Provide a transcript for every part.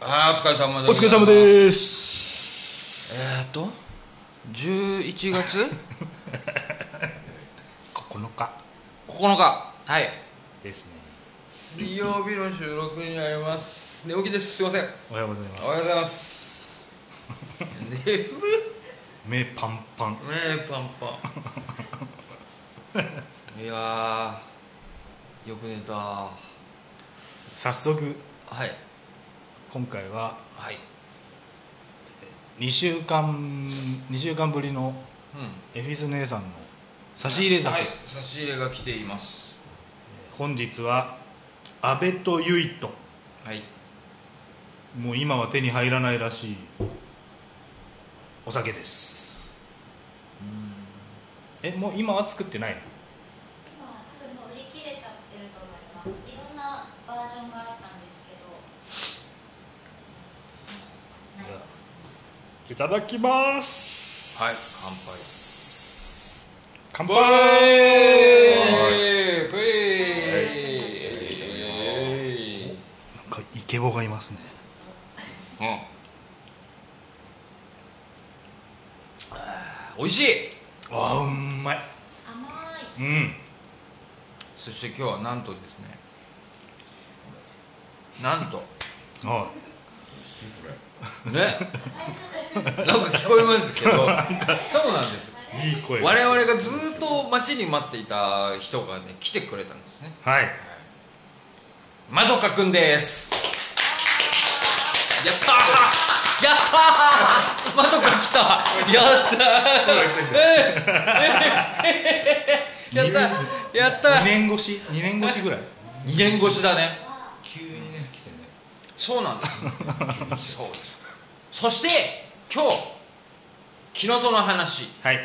あーお疲れ様でお疲れ様ですすえー、っと11月 9日9日はいですね水曜日の収録になります寝起きですすいませんおはよおはようございますうございます眠い ね目パンパンえパンパンいやーよく寝たは早速い今回ははい2週間2週間ぶりのうんエフィス姉さんの差し入れ酒、はい差し入れが来ています本日は阿部とユイとはいもう今は手に入らないらしいお酒ですえもう今は作ってないのまあ多分もう売り切れちゃってると思いますいろんなバージョンがあったんですけどないかいただきますはい乾乾杯杯えーぷいえーなんかイケボがいますねうん美味しいあーうんまい甘ういんそして今日はなんとですねなんとはねなんか聞こえますけどそうなんですいいい声我々がずっと待ちに待っていた人がね来てくれたんですねはいまどかくんですやったーやったーまどか来たやったーやったーやった2ー年越し2年越しぐらい2年越しだね急にね来てねそうなんですそうですそして今日キノトの話はい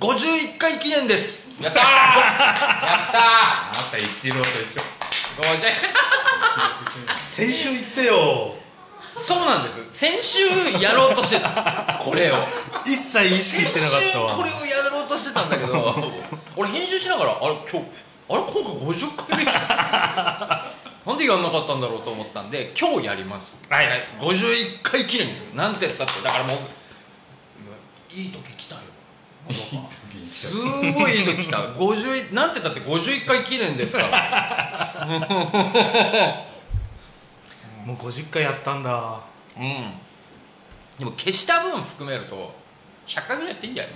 51回記念ですやったーやった あなた一郎と一緒ーごめんなさい先週行ってよそうなんです先週やろうとしてたんですこれを一切意識してなかった先週こわれをやろうとしてたんだけど俺編集しながらあれ今日あれ今回50回目来たなんでやんなかったんだろうと思ったんで今日やりますはい51回記念ですなんて言ったってだからもういい時来たよすごいいい時来た50なんて言ったって51回記念ですからもう50回やったんだうんでも消した分含めると100回ぐらいやっていいんじゃない、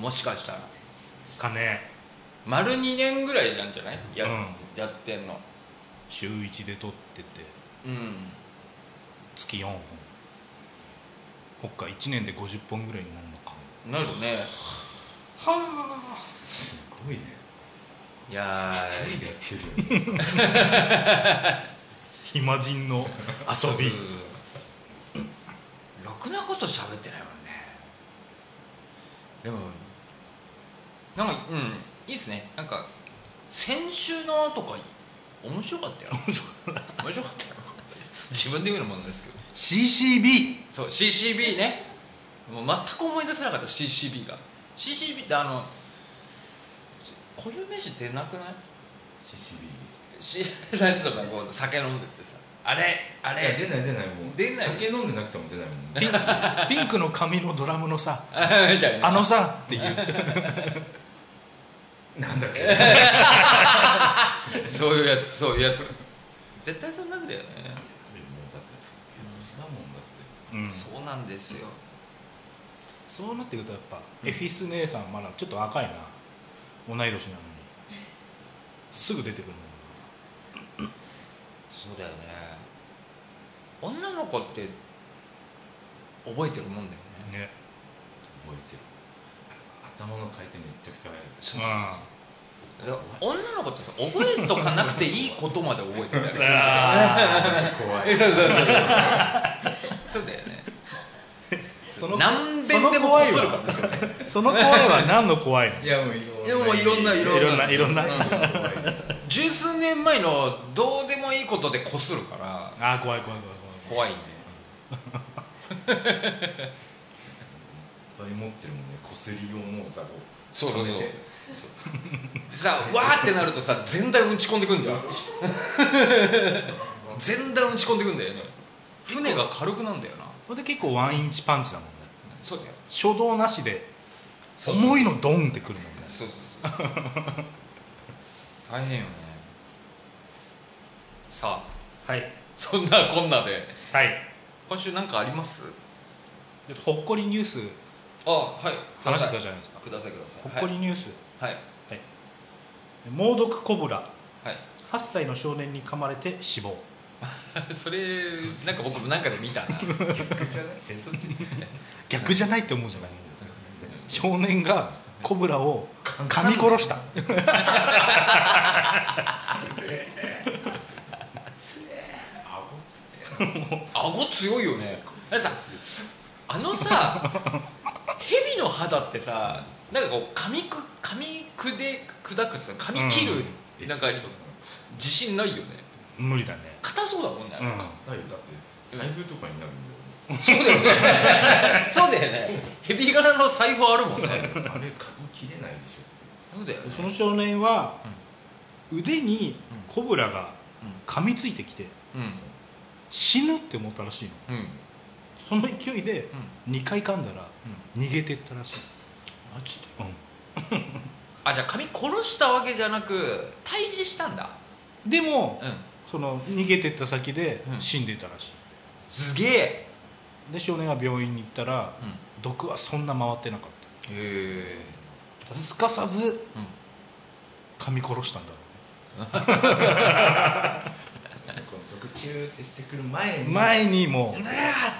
もしかしたらかね丸2年ぐらいなんじゃないや,、うやってんの週1で撮っててうん月4本ほっか1年で50本ぐらいになるのかなるほどねはあすごいねいやー 暇人の遊びうんろくなこと喋ってないもんねでもなんかうんいいっすねなんか先週のとか面白かったよ面白かったよ自分で言うのもなんですけど CCB そう CCB ねもう全く思い出せなかった CCB が CCB ってあの固有名詞出なくない CCB しなんつうのかなこう酒飲んでてさあれあいやれ出ない出ないもう出ない酒飲んでなくても出ないも んピンクピンクの髪のドラムのさあ みたいなあのさっていうなんだっけそういうやつそういうやつ絶対そうなんだよね、もうだってそういう年だもんだっうんそうなんですよそうなってくるとやっぱ、エフィス姉さんまだちょっと若いな同い年なのにすぐ出てくるもんそうだよね女の子って覚えてるもんだよねねて覚えてる頭の回転めっちゃくちゃ速いそうあいや女の子ってさ覚えとかなくていいことまで覚えてたりする んだよねあ怖えいそうそうそうそうそうだよねその 何その遍でもこ怖いするかはもしれないその怖いは何の怖いのいやもういろいやもういろんないろんないろんないろんな十数年前のどうでもいいことでこするからああ怖い怖い怖怖い怖いいねいっぱい持ってるもんねこすり用のさこうそうそうそう はめてさわーってなるとさ全体打ち込んでくんだよ全体打ち込んでくんだよね船が軽くなんだよなこれで結構ワンインチパンチだもんねそうだよ初動なしでそうそう重いのドンってくるもんねそうそうそう大変よねさあはいそんなこんなではい今週なんかありますでほっこりニュースあはいくだ話してたさじゃないですかいくださいくださほいっこりニュース、はいはい猛毒コブラはい 8歳の少年に噛まれて死亡それなんか僕もなんかで見た な逆じゃないえそっち逆じゃないって思うじゃない少年がコブラを噛み殺したあごつ顎強いよねあれさあのさ蛇の肌ってさなんかこう噛みく噛みくで砕くってさ噛み切うるんなんか自信ないよね無理だね硬そうだもんね、うんないよだって財布とかになるんだそうだよね そうだよね蛇柄の財布あるもんねよあれかみ切れないでしょ普通そうだよねその少年は腕にコブラが噛みついてきてう死ぬって思ったらしいのんうんその勢いで2回噛んだら逃げてったらしい、マジでうあじゃあ髪殺したわけじゃなく退治したんだん、でもうんその逃げてった先でうん死んでたらしい、すげえで少年が病院に行ったら、うん毒はそんな回ってなかっへえたすかさずうん噛み殺したんだろなんかこの毒チューってしてくる前うにね前にもう、なあ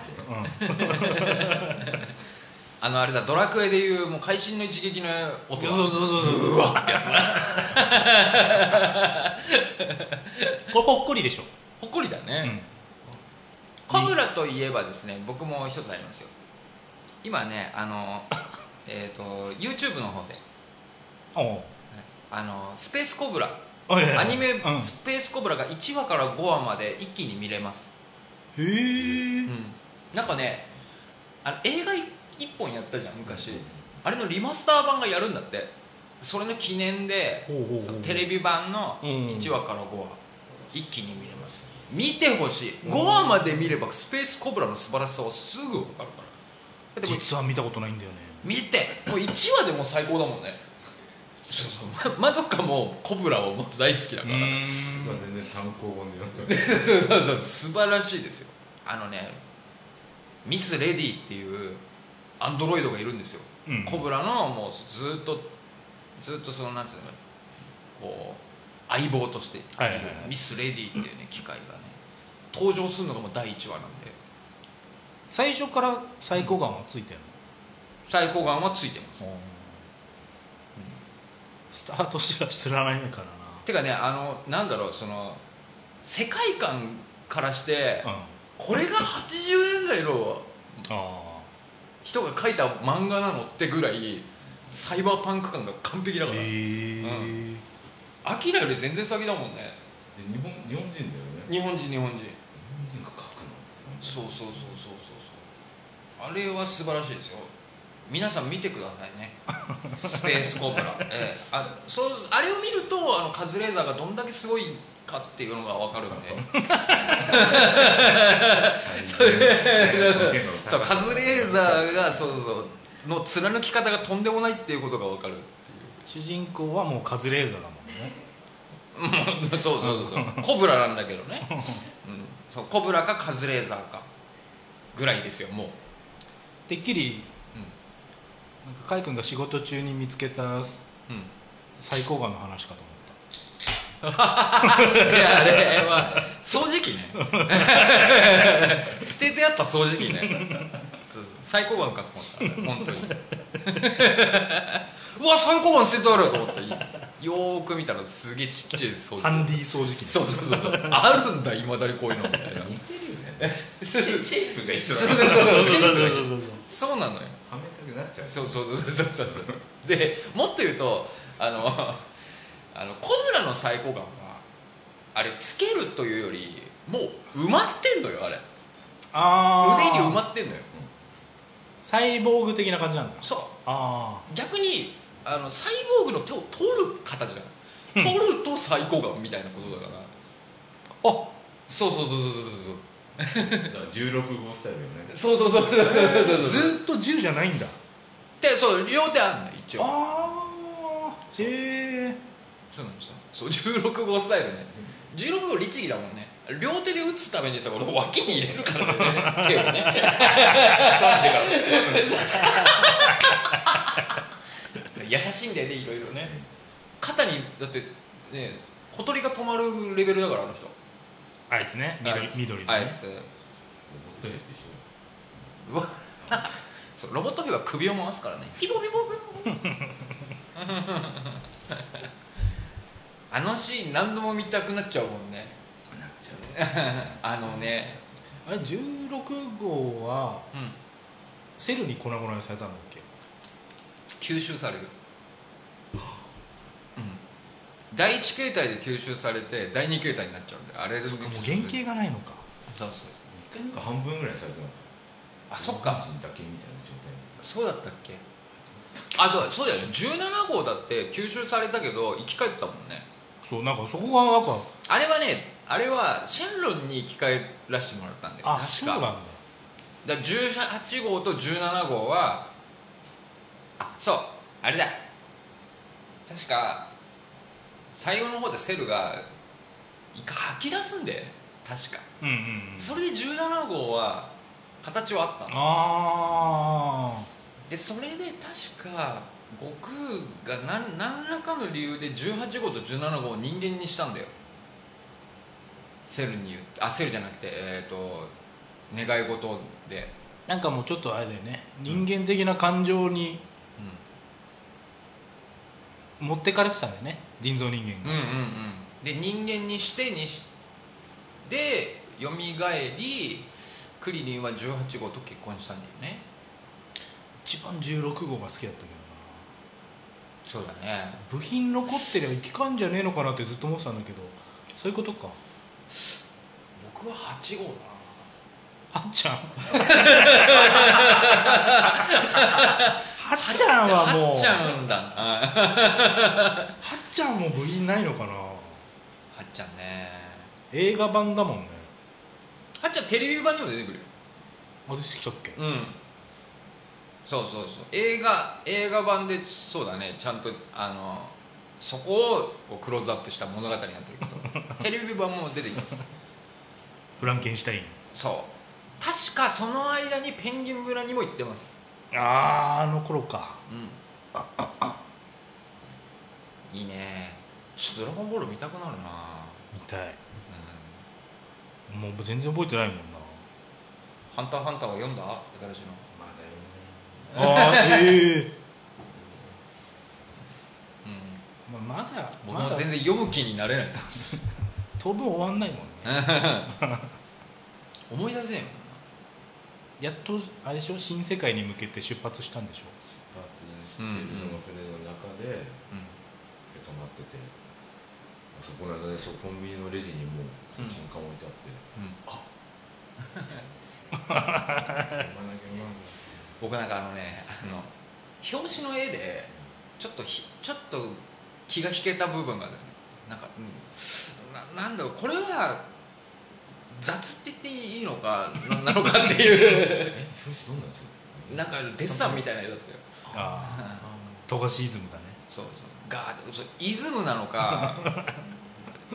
あのあれだドラクエでいうもう会心の一撃の音だそうそうそうそううわってやつなこれほっこりでしょ、ほっこりだうねんカムラといえばですね僕も一つありますよ今ねあ のえっと YouTube の方でおうあのスペースコブラあいやいやアニメう「んスペースコブラ」が1話から5話まで一気に見れます、へえなんかねあの映画1本やったじゃん昔、うんあれのリマスター版がやるんだってそれの記念でほうほうほうそのテレビ版のうん1話から5話一気に見れます見てほしい5話まで見ればスペースコブラの素晴らしさはすぐ分かるからだってもう実は見たことないんだよね見てもう1話でもう最高だもんねそうそうまま どかもコブラをもう大好きだから僕は全然単行本で読んでないそうそうそう素晴らしいですよあのねミス・レディっていうアンドロイドがいるんですよ、うんコブラのもうずっとずっとそのなんつうのこう相棒としているはいはいはいミス・レディっていうね機械がね登場するのがもう第1話なんで最初から最高感はついてる最高眼はついてますの、スタートしら知らないのからてかねあのなんだろうその世界観からしてなうんあこれが80年代のあ人が書いた漫画なのってぐらいサイバーパンク感が完璧だへから、えアキラより全然先だもんねで日本日本人だよね日本人日本人日本人が書くのって感 じそうそうそうそうそうそうあれは素晴らしいですよ皆さん見てくださいねスペースコブラ、ええ、あそうあれを見るとあのカズレーザーがどんだけすごいかっていうのが分かるんで最低のそうカズレーザーがそうそうの貫き方がとんでもないっていうことが分かる 主人公はもうカズレーザーだもんねうんそうそうそうそうコブラなんだけどね、うん、そうコブラかカズレーザーかぐらいですよもうてっきり、なんかカイ君が仕事中に見つけたうん最高感の話かと思いやあれは掃除機ね捨ててあった掃除機ねそうそう最高眼かと思った本当にうわ最高眼捨ててあると思ってよーく見たらすげえちっちゃい掃っ除たハン機ディ掃除機そうそうそうそうあるんだいまだにこういうのみたいな似てるよねシェイシェイプが一緒そうだそかうらそうそうそそううそうそうそうなのよはめたくなっちゃうそうそうそうそうそうそうでもっと言うとあの あのコブラの最高感はあれつけるというよりもう埋まってんのよあれあ腕あに埋まってんのよサイボーグ的な感じなんだそあう逆にあのサイボーグの手を取る形じゃん取ると最高感みたいなことだからああそうそうそうそうそうそうだから16号スタイルよねそうそうそうそうそうそうそう ずっと10じゃないんだでそう両手あんの一応ああええそうなんですよそう16号スタイルね16号律儀だもんね両手で打つためにさ俺脇に入れるからね手をね優しいんだよねいろいろね肩にだってね小鳥が止まるレベルだからあの人あいつね緑緑のあいねつロボットヘッド一緒うわそうロボット兵は首を回すからねピロピロピロあのシーン何度も見たくなっちゃうもんねなっちゃう あのねあれ16号はうんセルに粉々にされたんだっけ吸収される、うん、第一形態で吸収されて第二形態になっちゃうんであれでもう原型がないのかそうそうそう一回なんか半分ぐらいされてなかったあそっか上半身だけみたいな状態そうだったっけあとそうだよね17号だって吸収されたけど生き返ったもんねそうなんかそこがなんかあれはねあれはシェンロンに生き返らせてもらったんだよあ確そうかなんだだから18号と17号はあそうあれだ確か最後の方でセルが一回吐き出すんだよね確かうんうんうんそれで17号は形はあったのあでそれで確か悟空が何何らかの理由で18号と17号を人間にしたんだよセルに言ってあセルじゃなくてえっ、と願い事であなんかもうちょっとあれだよね人間的な感情にうん持ってかれてたんだよね人造人間うんが、うんうんで人間にしてにしでよみがえりクリリンは18号と結婚したんだよね一番16号が好きだったけどなそうだね部品残ってりゃ生きかんじゃねえのかなってずっと思ってたんだけどそういうことか僕は8号だなはっちゃんはっちゃんはもうはっちゃんだなははっちゃんも部品ないのかっなちゃんね映画版だもんねはっちゃんテレビ版にも出てくるよあ出てきたっけうんそうそうそう映画映画版でそうだねちゃんとあのそこをクローズアップした物語になってるけ どテレビ版も出てきますフランケンシュタインそう確かその間にペンギン村にも行ってますあーあの頃かいいねちょっと「ドラゴンボール」見たくなるなみたいうんもう全然覚えてないもんな「ハンターハンター」は読んだ新しいのまだよねあーえ えうんまあまだ僕まもだ全然読む気になれないです 当分終わんないもんね思い出せんよやっとあれでしょ新世界に向けて出発したんでしょパーツにしてるその船の中でう止まっててあそこの間でそうコンビニのレジにもうその瞬間置いてあってん、うん、 「読まなきゃ読まなき僕なんかあのねあの表紙の絵でちょっとひちょっと気が引けた部分があるなんか、うん、ななんだろうこれは雑って言っていいのかな なのかっていうゃ」え表紙どんなやつなんかデッサンみたいな絵だったよ ああ富樫イズムだねそうそうガーッてそうイズムなのか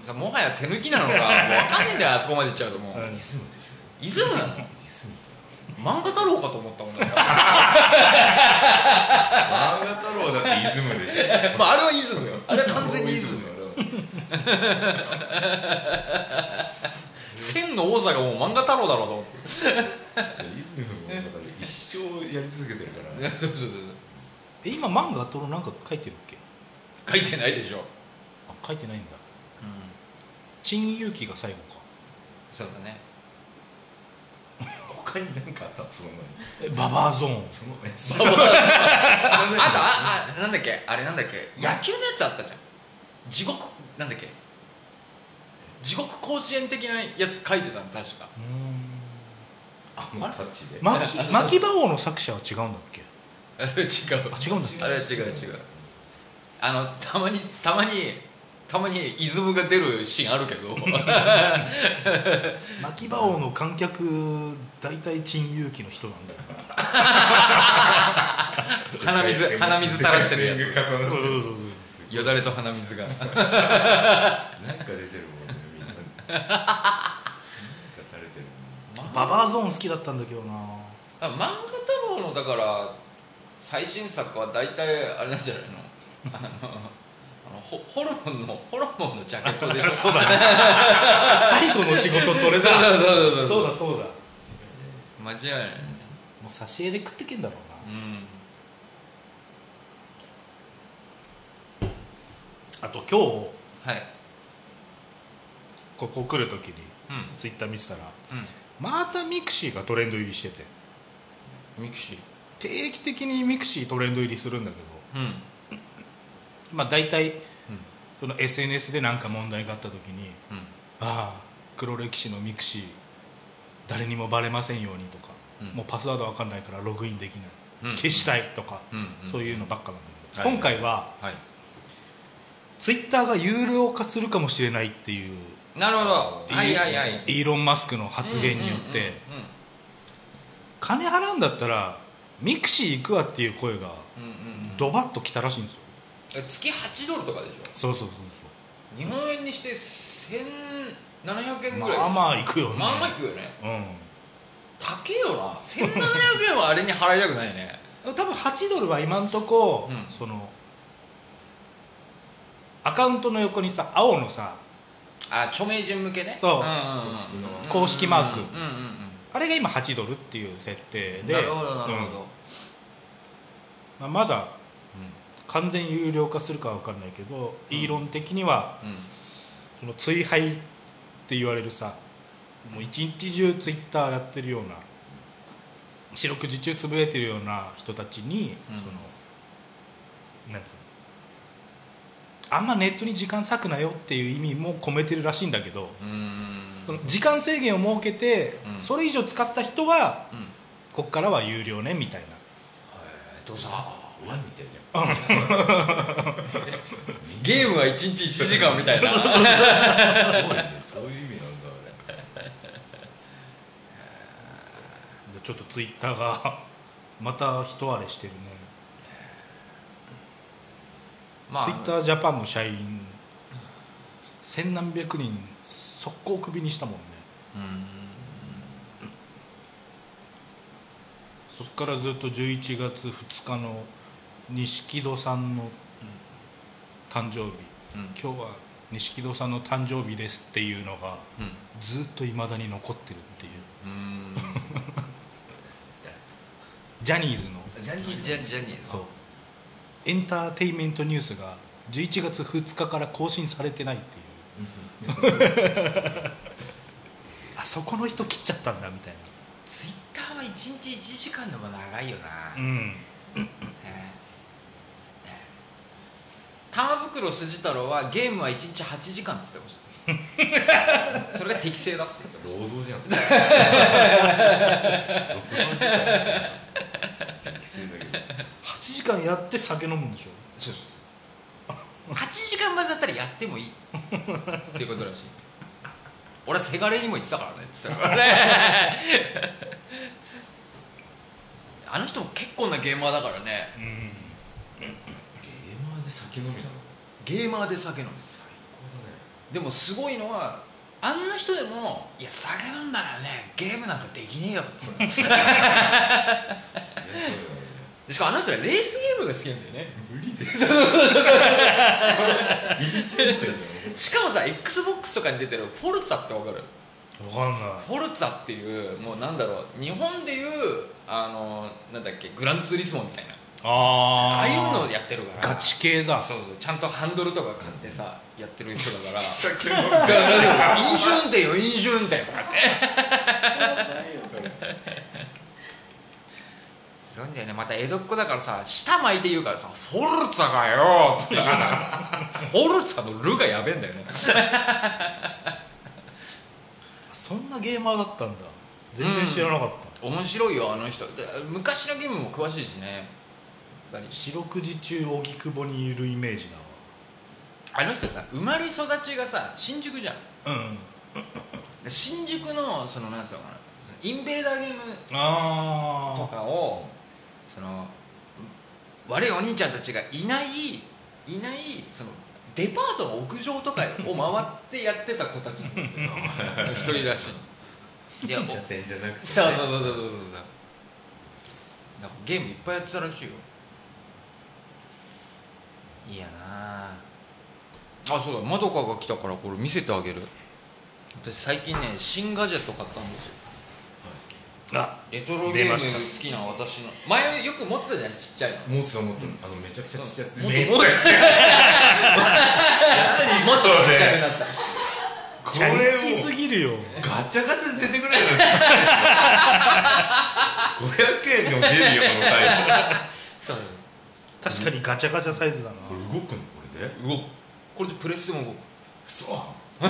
さもはや手抜きなのかもう分かんねえんだよあそこまでいっちゃうともう、うんリズムでしょイズムなのリズムだ漫画太郎かと思ったもんだから漫画太郎だってイズムでしょまああれはイズムよあれは完全にイズムよ 千の王座がもう漫画太郎だろうと思ってリズムもだから一生やり続けてるからいやそうそうそうえ今漫画とのなんか書いてるっけ書いてないでしょ、うん、あ書いてないんだ陳勇気が最後かそうだね他に何かあったのその前にえババアゾーンそのえあと あああなんだっけあれなんだっけ野球のやつあったじゃん地獄なんだっけ地獄甲子園的なやつ書いてたの確かあのタッチでマキマキバオの作者は違うんだっけあれは違うあ違うんだっけあれは違う違うあのたまにたまにたまにイズムが出るシーンあるけ ど泣き馬王の観客大体陳勇気の人なんだよ鼻水鼻水垂らしてるや世界線が重なってそうつよだれと鼻水 がなんか出てるもんねみんななんかされてるババアゾーン好きだったんだけどなあ漫画太郎のだから最新作は大体あれなんじゃないのあのあのホホルモンのホルモンのジャケットでしょそうだね最後の仕事それだそうそうそうそうそうだそうだも間違いないねう挿絵で食ってけんだろううな、んあと今日はいここ来る時うにツイッター見てたらんうんまたミクシーがトレンド入りしててミクシー定期的にミクシートレンド入りするんだけどうんまあ大体その SNS で何か問題があった時にうんああ黒歴史のミクシー誰にもバレませんようにとか、うんもうパスワードわかんないからログインできない、うん消したいとか、うんうんそういうのばっかなんだけど、はい今回ははいツイッターが有料化するかもしれないっていうなるほどはいはいはいイーロン・マスクの発言によって、金払うんだったらミクシー行くわっていう声がうんうんうんうんうんうんドバッと来たらしいんですよ、月8ドルとかでしそうそうそうょ日本円にして1700そ円うぐらいまあまあ行くよねまあまあいくよねう高えよな1700円はあれに払いたくないよねん多分8ドルは今んとこ、うんそのアカウントの横にさ青のさあ著名人向けねそうんんうん公式マークうんうんあれが今8ドルっていう設定うんでなるほどなるほうんどまあ、まだ完全有料化するかは分かんないけど、イーロン的にはうんその追廃って言われるさもう一日中ツイッターやってるような四六時中つぶれてるような人たちに、うんそのなんつうのあんまネットに時間割くなよっていう意味も込めてるらしいんだけど、うんうんその時間制限を設けて、うんそれ以上使った人はうんこっからは有料ねみたいえっとさワンみたいじゃんゲームは1日1時間みたいなすごいねそういう意味なんだあれなでちょっとツイッターが また一荒れしてるね、まあツイッタージャパンの社員千何百人速攻クビにしたもんねうんそっからずっと11月2日の錦戸さんの誕生日、うん今日は錦戸さんの誕生日ですっていうのがうんずっといまだに残ってるっていううんジャニーズのジャニジャジャニーズそうエンターテインメントニュースが11月2日から更新されてないっていう あそこの人切っちゃったんだみたいツイッターは1日1時間でも長いよな、なうんね玉袋筋太郎はゲームは1日8時間っつってましたそれが適正だって言ってまし労働じゃん労働時間ですよ適正だけど8時間やって酒飲むんでしょたそうそう8時間までだったらやっても いいっていうことらしい俺はせがれにも言ってたからねっつってたから ねあの人も結構なゲーマーだからねうんゲーマーで酒飲みなのゲーマーで酒飲む最高でもすごいのはあんな人でも「いや酒飲んだらねゲームなんかできねえよ」って言うだねいしやそうだよねかもあの人はレースゲームが好きなんだよね無理ですそれ飲みしかもさ XBOX とかに出てるフォルツァってわかる分かんなフォルツァっていうもうなんだろう日本でいうあのなんだっけグランツーリスモみたいなああああいうのをうやってるからガチ系だそうそうちゃんとハンドルとか買ってさやってる人だから そう酒飲みそうそう飲酒運転よ飲酒運転とかってないよそれすごいんだよねまた江戸っ子だからさ舌巻いて言うからさ「フォルツァが よ」っつって言うからフォルツァの「ル」がやべえんだよねそんなゲーマーだったんだ全然知らなかった、面白いよあの人で昔のゲームも詳しいしねやっぱり四六時中荻窪にいるイメージだわあの人さ生まれ育ちがさ新宿じゃんうんで新宿のそのなんつうのかなそのインベーダーゲームあとあかをその悪いお兄ちゃんたちがいないいないそのデパートの屋上とかを回ってやってた子たちなんだけ ど一人らしいでおそう喫茶店じゃなくて、ね、そうそうそうそうそうだからゲームいっぱいやってたらしいよいいやなああそうだまどかが来たからこれ見せてあげる私最近ね新ガジェット買ったんですよあレトロゲーム好きな私の前よく持ってたじゃんちっちゃいの持つの持ってるあのめちゃくちゃちっちゃいやつもっめともっともっとちっちゃくなったこチれャもリチすぎるよガチャガチャで出てくれるのちっちゃいやつ500円でも出るよこのサイズそう確かにガチャガチャサイズだなこれ動くのこれで動くこれでプレスでも動くそうマ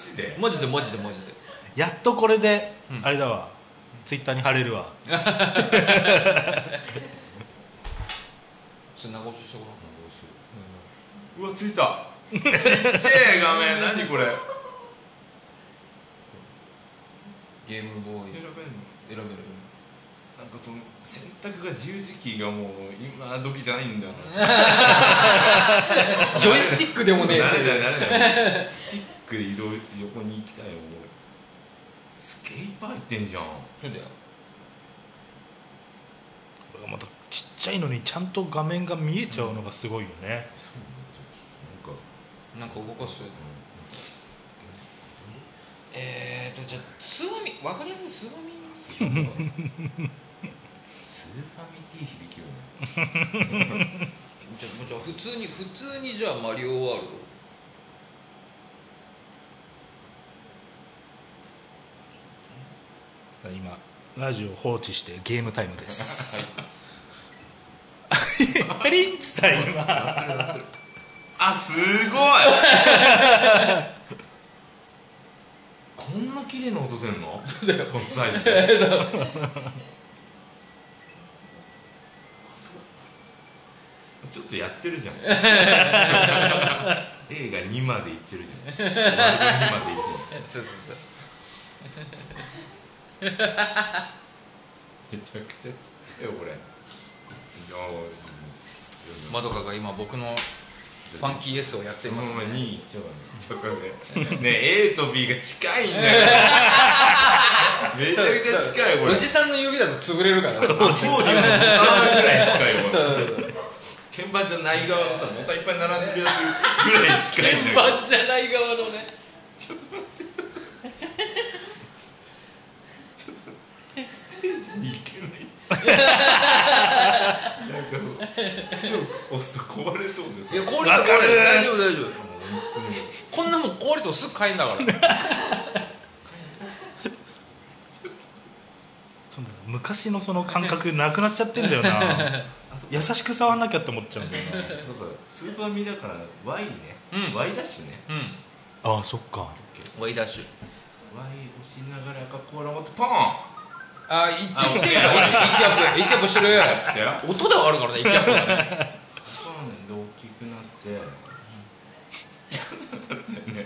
ジでマジでマジでマジでやっとこれで、うんあれだわツイッターに貼れるわそれ長押ししてごらんうわついたちっちゃい画面何これゲームボーイ選べんの選べるなんかその選択が十字キーがもう今時じゃないんだよなジョイスティックでもねえ慣れだよ慣れだよスティックで移動横に行きたいよ俺スケーパー入ってんじゃんそうだよまたちっちゃいのにちゃんと画面が見えちゃうのがすごいよね、そうなんだちょっとなんかなんか動かすえーとじゃあスーファミわかりやすいスーファミスーファミスーファミティー響きよねじゃあじゃあ普通に普通にじゃあマリオワールド今ラジオを放置してゲームタイムです ペリンっつった今あすごいこんな綺麗な音出んのそうだよこのサイズ であすごいちょっとやってるじゃん 映画2までいってるじゃん2までいってるそうそうそうめちゃくちゃちっちゃいよこれまどかが今僕のファンキー S をやってそまのますまね2いっちゃうわねちょっとねねえ A と B が近いんだよめちゃくちゃ近いこれおじさんの指だと潰れる からおじさんあーぐらい近いそこうそうそうれ鍵盤じゃない側のさボタンいっぱい並んでるやつぐらい近いんだ鍵よ盤じゃない側のねステージに行けないなんかそう強く押すと壊れそうですいやもう壊れわたか壊るれた大丈夫大丈夫本当にこんなもん壊れてもすぐ買えんだからそうだな昔のその感覚なくなっちゃってんだよ なあそっか優しく触んなきゃって思っちゃうんだよそうかスーパーミだから Y ね、うん Y ダッシュねうなあそっかんワイダッシュ Y 押しながら赤コーラ持ってポーンあ一あ曲一曲一曲一曲してる来たよ音ではあるからね一曲ポーンで大きくなってちょっと待ってね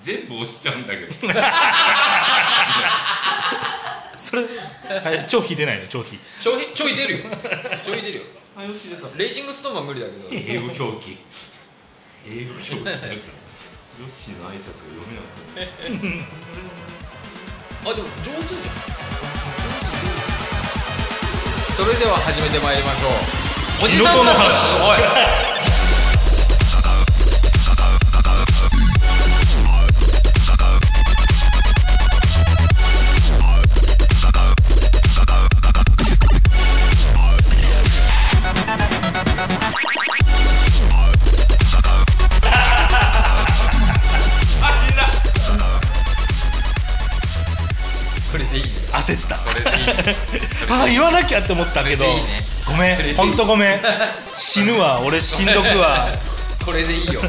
全部押しちゃうんだけどそれはい超費出ないの超費ちょいちょい出るよちょい出るよあよし出たレイジングストーンは無理だけど英語表記英語表記だからヨッシーの挨拶が読めなかったねあでも上手じゃんそれでは始めてまいりましょうおじさん猪子のおいこれでいいね焦ったこれでいいね あ言わなきゃって思ったけどそれでいいねごめそれでいいん本当ごめん死ぬわ俺しんどく わこれでいいよ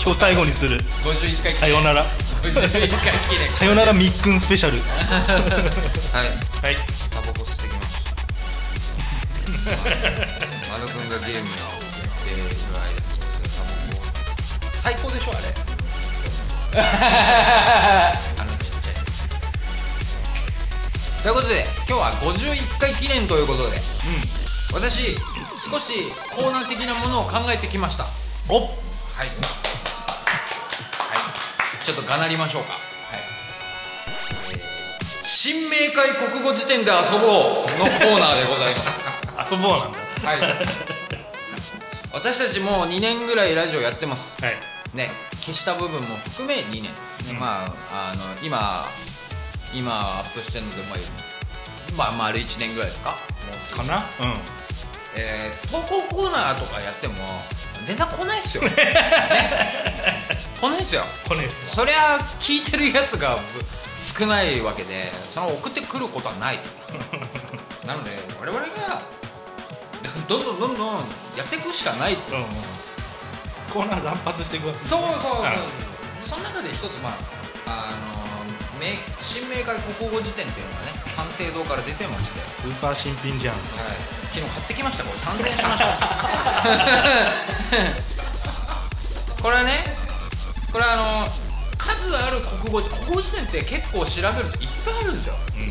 今日最後にする51回さよなら51回記念さよならみっくんスペシャルはいはいタバコ吸ってきましたマド君がゲームをってる間にさもう最高でしょあれあのちっちゃいということで今日は51回記念ということで、私少しコーナー的なものを考えてきましたおはっい、はい、ちょっとがなりましょうか、はい、新明解国語辞典で遊ぼうのコーナーでございます、遊ぼうなんだ はい、私たちもう2年ぐらいラジオやってますはいね消した部分も含め2年ですね、まああの今今アップしてるのでまあ、まあ、丸1年ぐらいですかもうかなうんえー投稿コーナーとかやっても全然来ないっす よ、ね、来ないっすよコネですそりゃ聞いてるやつがぶ少ないわけでその送ってくることはないなので我々がどんどんどんどんやっていくしかないうんうんコーナー乱発していくわけそうそうそう、はいその中で一つまああのめ新明解国語辞典っていうのがね三省堂から出てまして、スーパー新品じゃん昨日買ってきましたこれ3000円しましたこれはねこれはあの数ある国語辞国語辞典って結構調べるといっぱいあるんですようん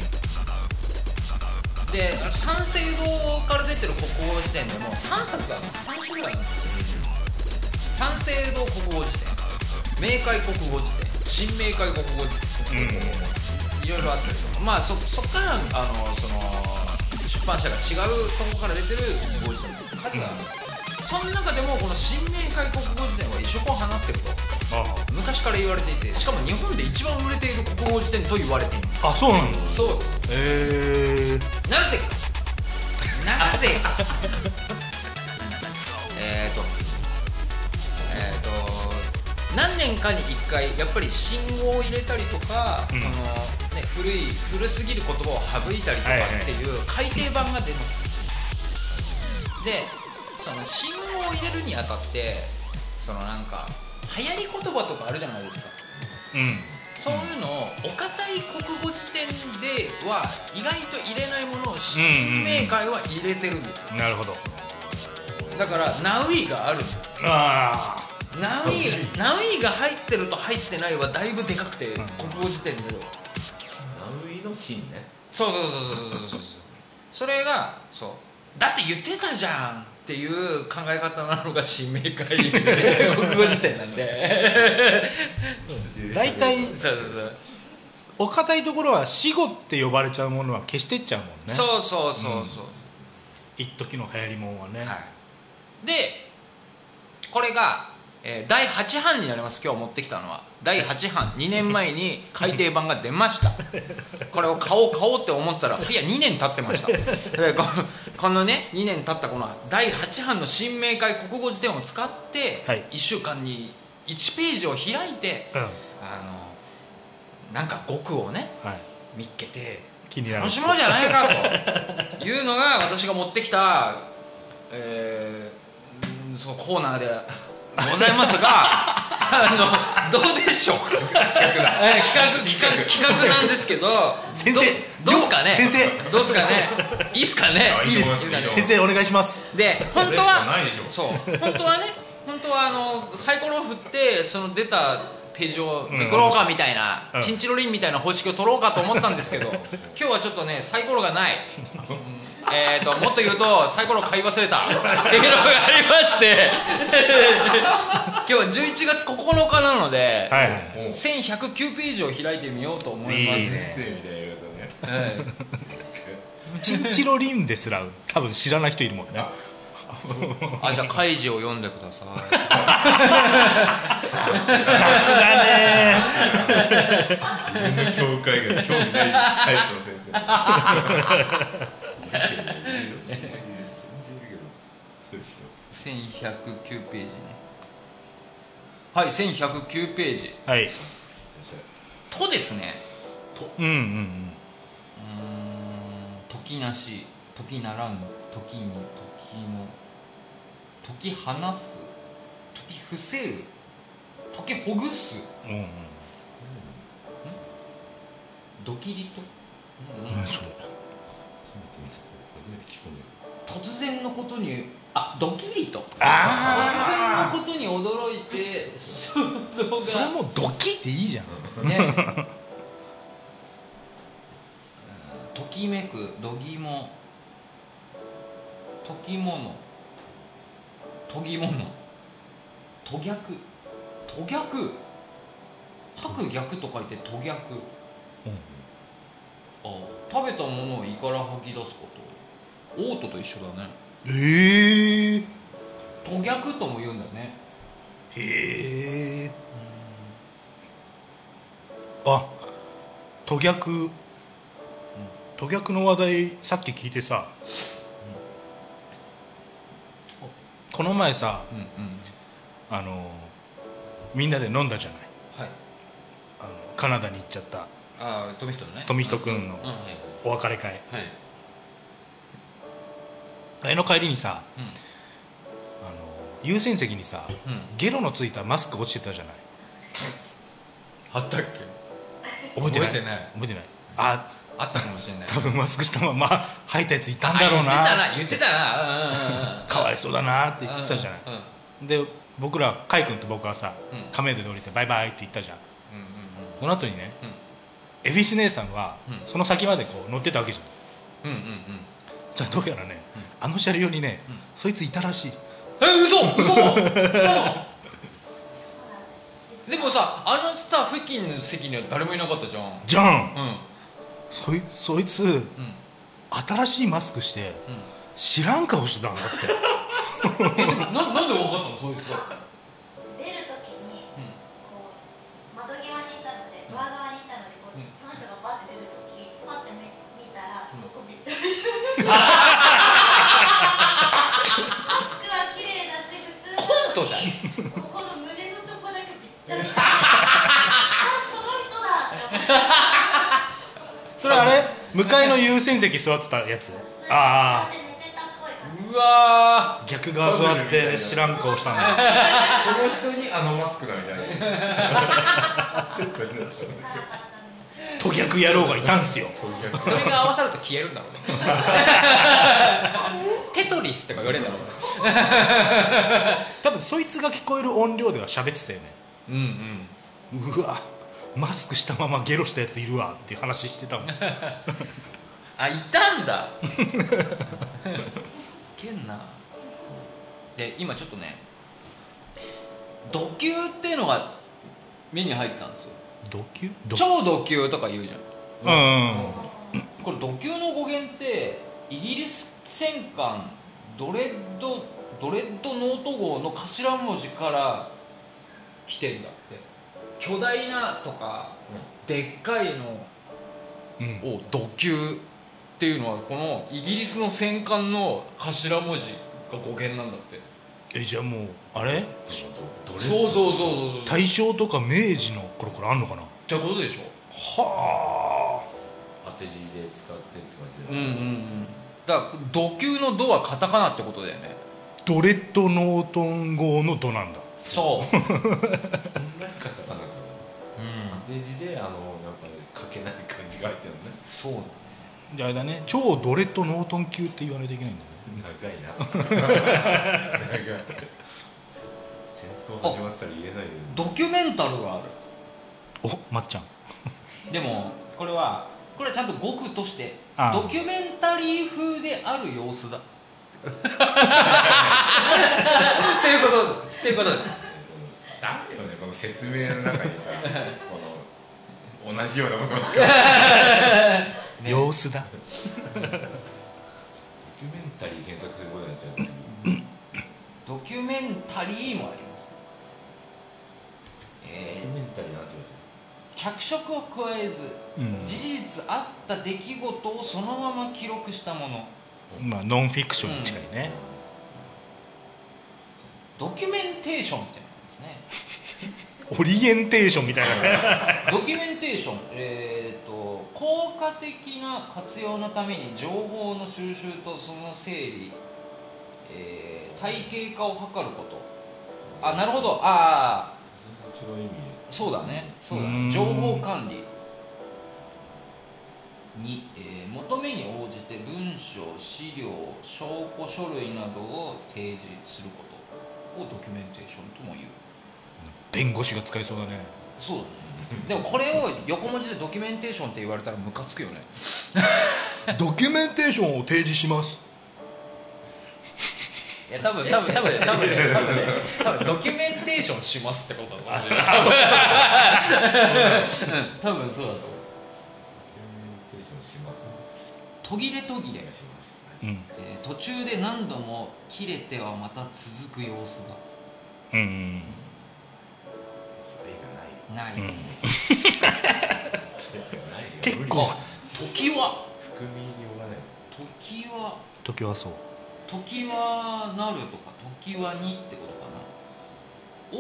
であの三省堂から出てる国語辞典でも3冊あるんです3種類あるんです三省堂国語辞典明解国語辞典新明解国語辞典、うんいろいろあったりとかまあそそっからあのその出版社が違うとこから出てる国語辞典の数がある、その中でもこの新明解国語辞典は異色を放ってるとあ昔から言われていてしかも日本で一番売れている国語辞典と言われていますああそうなんだそうですえー、なぜかなぜかえっとえっ、と何年かに1回やっぱり信号を入れたりとか、うんそのね、古い古すぎる言葉を省いたりとかはいはいっていう改訂版が出ます、でその信号を入れるにあたってそのなんか流行り言葉とかあるじゃないですかうんそういうのをお堅い国語辞典では意外と入れないものを新明解は入れてるんですよなるほどだからナウイがあるああナウイナウイが入ってると入ってないはだいぶでかくて国語辞典でナウイの芯ねそうそうそうそうそうそうそうそれがそうだって言ってたじゃんっていう考え方なのが新明解国語辞典なんで大体 そうそうそうお堅いところは死後って呼ばれちゃうものは消してっちゃうもんねそうそうそうそう一時の流行りもんはね、はい、でこれが、えー第8版になります今日持ってきたのは第8版2年前に改訂版が出ました これを買おう買おうって思ったらいや2年経ってましたでこのこのね2年経ったこの第8版の新明解国語辞典を使って、はい1週間に1ページを開いてうんあのなんか語句をねはい、見っけて気になる楽しもうじゃないかというのが私が持ってきた、えーうんそのコーナーでございますがあのどうでしょう企画企画企画なんですけど先生どどうっすかねよ先生どうっすかねいいっすかねいいですいいっすか先ね生お願いしますで本当それしかはないでしょそう本当はね本当はあのサイコロを振ってその出たページをめくろうかみたいな、うんチンチロリンみたいな方式を取ろうかと思ったんですけど今日はちょっとねサイコロがないえーともっと言うとサイコロ買い忘れたっていうのがありまして今日は11月9日なので、はいもう先1109ページを開いてみようと思いますいいね生みたいなやり方ねはいチンチロリンですら多分知らない人いるもんねあじゃあ開示を読んでください雑だね自分の教会が興味ないタイプの 先生全然いるけどそういう人1109ページねはい1109ページはいとですねうんうんうんうーん時なし時ならん時に時の時話す時伏せる時ほぐすうんうんドキリと何それ初めて聞くんだよ突然のことにあドキリと突然あのことに驚いて衝動あそれがもうドキっていいじゃんね ときめくどぎもときものとぎものと逆と逆吐く逆と書いてと逆、うんあ食べたものを胃から吐き出すこと嘔吐と一緒だねええと逆とも言うんだねへえあと逆と逆の話題さっき聞いてさ、この前さうんうんあのみんなで飲んだじゃないはいあのカナダに行っちゃったああ富人ね富人君のうんはいお別れ会はい、はいあれの帰りにさうんあの優先席にさ、うんゲロのついたマスク落ちてたじゃないあったっけ覚えてない覚えてない覚えてないああったかもしれない多分マスクしたまま吐いたやついたんだろうなあ言ってたな言ってたなうんうんうんうんかわいそうだなって言ってたじゃないうんうんうんで僕ら海君と僕はさうん亀戸で降りてバイバイって言ったじゃんうその後にね恵比寿姉さんはうんその先までこう乗ってたわけじゃんんうんうんうんじゃあどうやらねあの車両にねうんそいついたらしいえ嘘嘘そうなんです でもさあのさ付近の席には誰もいなかったじゃんうんじゃんうんそいそいつ新しいマスクして知らん顔してたんだって うんななんで分かったのそいつは出るときにこう窓際にいたのでドア側にいたのでこううんその人がバッて出るときパッて見見たらここめっちゃめちゃマスクは綺麗だし普通コントだよここの胸のとこだけびっちゃびちゃあこの人だって思ってそれあれ向かいの優先席座ってた やつ普通に座っあて寝てたっぽい感じうわあ逆側座って知らん顔したんだこの人にあのマスクだみたいなセットになったんでしょと逆野郎がいたんすよ飛びそれが合わさると消えるんだろうねテトリスとか言われるんだろうね多分そいつが聞こえる音量では喋ってたよねうんうんうわマスクしたままゲロしたやついるわっていう話してたもんあいたんだいけんなで今ちょっとねド級っていうのが目に入ったんですよド級ド超ド級とか言うじゃんうんうんこれド級の語源ってイギリス戦艦ドレッドドレッドノート号の頭文字から来てんだって巨大なとか、でっかいのうんを土級っていうのはこのイギリスの戦艦の頭文字が語源なんだってえじゃあもうあれそうそうそうそうそうっ大正とか明治の頃からあんのかなてことでしょは当て字で使ってってう感じでんうんうんだから土級の「ド」はカタカナってことだよねあドレッドノートン号のドなんだそう 本来カタカナだ当て字であのなんか書けない感じが入ってるのねそうなんじゃああれだね超ドレッドノートン級って言わないといけないんだね長いな長い戦闘始まってたら言えないよドキュメンタルがあるおまっちゃんでもこれはこれはちゃんと語句としてああドキュメンタリー風である様子だっていうことっていうことですダメよねこの説明の中にさこの同じようなことを使うド様子だキュメンタリー検索することになっちゃうんですよドキュメンタリーもありますドえキーュメンタリーなんて脚色を加えず、うん事実あった出来事をそのまま記録したものまあノンフィクションに近いね、ドキュメンテーションってのなんですねオリエンテーションみたいなねドキュメンテーションえっ、と効果的な活用のために情報の収集とその整理、えー体系化を図ることあなるほどああそんな違う意味でそうだねそうだうーねん情報管理2、えー求めに応じて文書資料証拠書類などを提示することをドキュメンテーションとも言う弁護士が使いそうだねそうだねでもこれを横文字でドキュメンテーションって言われたらムカつくよねドキュメンテーションを提示しますいや多分多分多分多分ね多分ね多分ドキュメンテーションしますってことだと思うよ多分うん多分そうだと思うテンションします途切れ途切れ、しますうんえー途中で何度も切れてはまた続く様子うんそれ以が外ない、うんないないよ結構時は含みようがない時は時はそう時はなるとか時はにってこと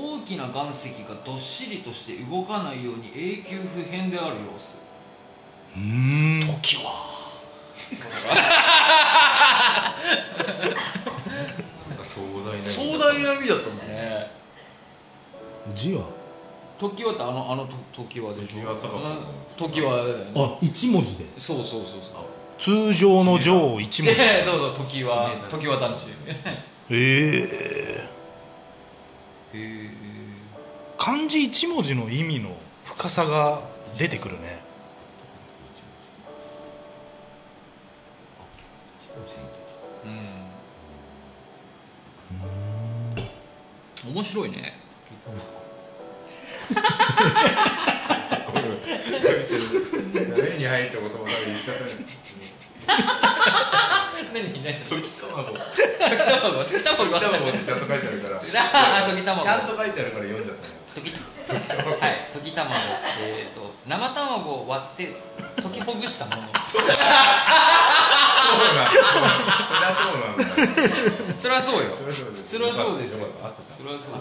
かな大きな岩石がどっしりとして動かないように永久不変である様子うん時はなんか壮大な壮大な意味だったんだね字は時はってあのあのと時はでしょ常盤とかもうん時はだよねあ一文字でそうそうそうそう通常の「上」を一文字 えそうそう時は時は団地えへえ漢字一文字の意味の深さが出てくるねうん面白いね目に入ったこともなく言っちゃったね 何何溶き卵溶き時卵時卵が卵ってちゃんと書いてあるからあー溶き卵ちゃんと書いてあるから読んじゃったね時卵はい時卵えっ、ー、と生卵を割って溶きほぐした ものそうなんそりゃそうなんだそれはそうよそりゃそうですそれはそうですよかった合ってたそれはそう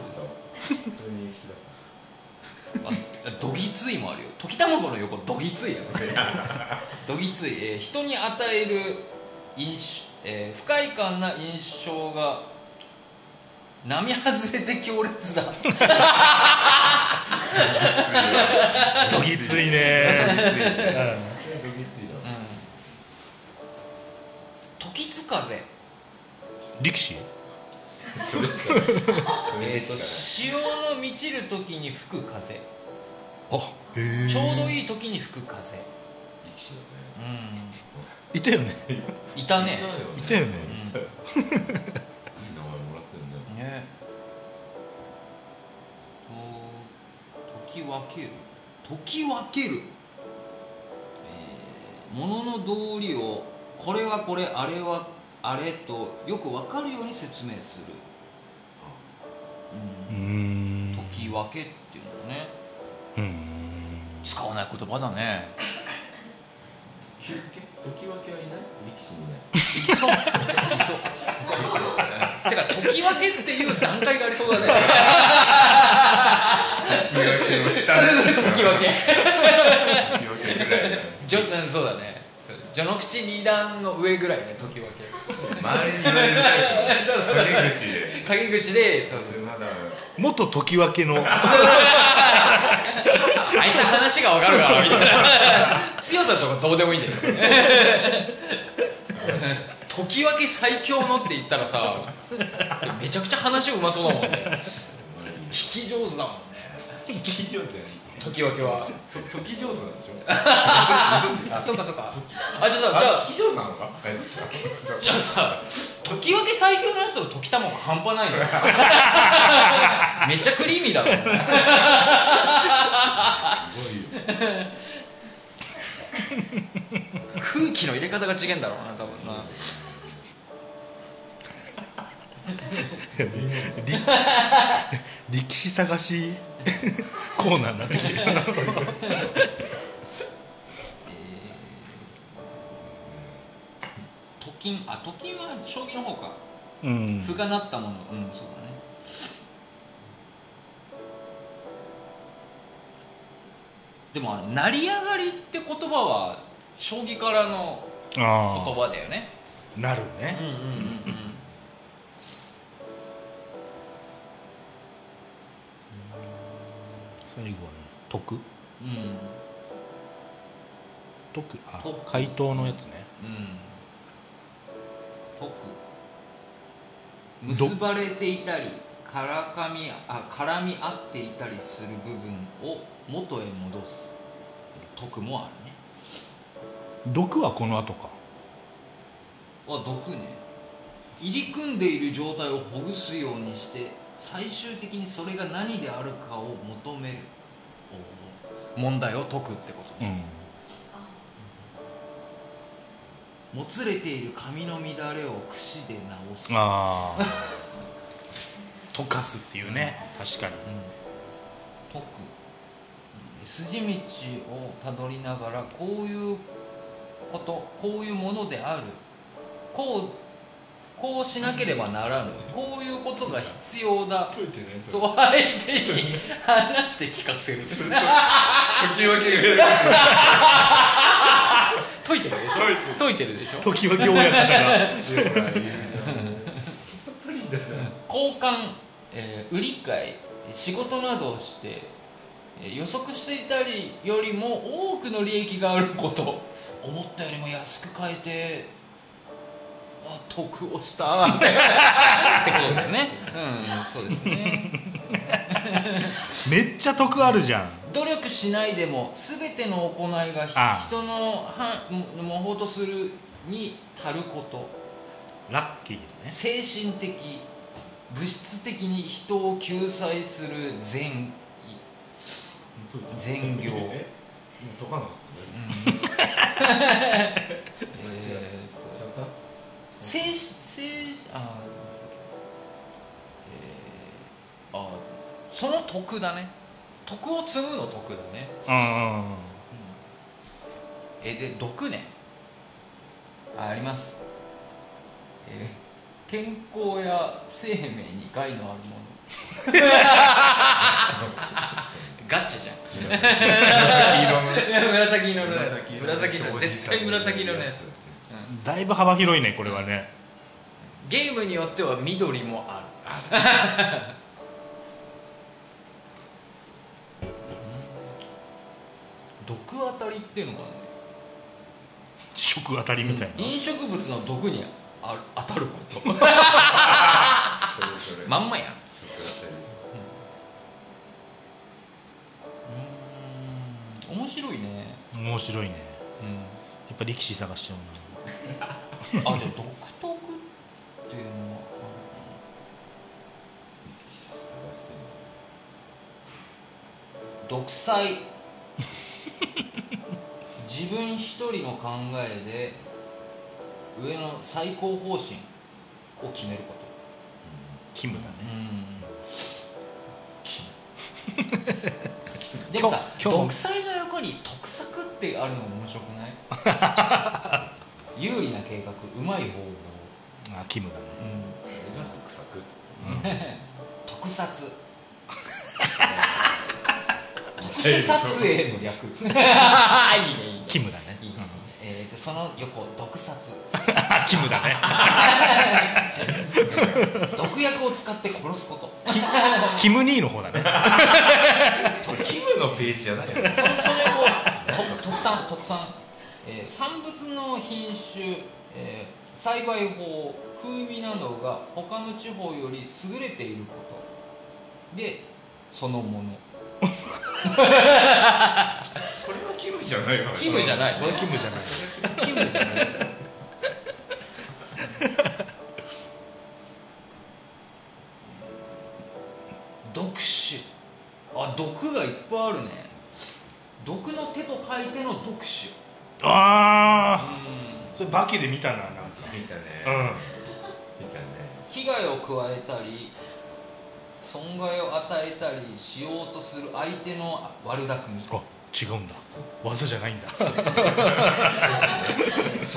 ですですそういう認識だったあどぎついもあるよ溶き卵の横どぎついやろどぎつい、えー人に与える印象、えー不快感な印象が並外れて強烈だどぎついねついねどぎついだ時津風力士それしかないそえれーとし潮の満ちる時に吹く風あえちょうどいい時に吹く風かない力士ういたよねんいたねだねいいいたようねん名前もらってるねねと時分ける時分けるえー物の道理をこれはこれあれはあれとよく分かるように説明する、ううーんん時分けっていうのはねうーん使わない言葉だね休憩時分けはいない力士にいないいそういそうてか時分けっていう段階がありそうだね時分けの下時分け時分けぐらいだねじょうんそうだねそう序の口二段の上ぐらいね時分け周りに言われるタイプそうそう陰口で陰口でそうそうまだ元時分けのあいつ話が分かるからみたいな強さとかどうでもいいんだよときわけ最強のって言ったらさめちゃくちゃ話うまそうだもんね聞き上手だもんね聞き上手じゃないときわけはと時上手なんでしょあそうかそうかあじゃあさじゃああ聞き上手なのかはいじゃあさときわけ最強のやつの時たまが半端ないのよめっちゃクリーミーだもんすごいよ空気の入れ方が違えんだろうな多分な力士探しコーナーになってきてると金あと金は将棋の方かうん歩がなったものうんそうだねでもあの「成り上がり」って言葉は将棋からの言あ葉だよねあなるうねんうんうんうん最後はね徳うん解くあ解く解凍のやつね解く結ばれていたりからかみあ絡み合っていたりする部分を元へ戻す解くもあるね毒はこの後かは毒ね入り組んでいる状態をほぐすようにして最終的にそれが何であるかを求めるお問題を解くってことうね、んもつれている髪の乱れを櫛で直すああ 溶かすっていうね確かに解く筋道をたどりながらこういうことこういうものであるこうこうしなければならぬこういうことが必要だ解いてないそれと相手に話して聞かせる解き分けがやる解いてるでし解いょ解いてるでしょ時々親方 が交換、えー売り買い仕事などをしてえー予測していたりよりも多くの利益があること思ったよりも安く買えてあ得をしたってことですねうんそうですねめっちゃ得あるじゃん努力しないでも全ての行いがひああ人のはん模倣とするに足ることラッキーだね精神的物質的に人を救済する善意全業え今解かなかえーったちゃんと静止静止あー、えー、あーその徳だね徳を積むの徳だねうんうんうんえで毒ねああります、えー健康や生命に害 のあるものガチじゃん紫色の紫色のやつ紫紫色の色絶対紫色のやつだいぶ幅広いねこれはねゲームによっては緑もある 毒当たりっていうのがね食当たりみたいな飲食物の毒にあ当たること それそれまんまやんうーん面白いね面白いねやっぱ力士探しちゃうあじゃあ独特っていうのはある独裁自分一人の考えで上の最高方針を決めることなキムだねでもさ今日今日独裁の横に得策ってあるの面白くない有利な計画うまい方法、あキムだね特撮 特殊撮影の略いいね いいねキムだねいいねえーとその横毒殺あキムだね毒薬を使って殺すことキム兄の方だねキムのページじゃないそそれをと特産特産、えー産物の品種、えー栽培法風味などが他の地方より優れていることでそのものこれはキムじゃないわキムじゃないこれキムじゃないキムじゃない毒種あ毒がいっぱいあるね毒の手と書いての毒種ああそれバキで見たななんか見たうねん見たね危害を加えたり損害を与えたりしようとする相手の悪巧みあ違うんだ技じゃないんだそ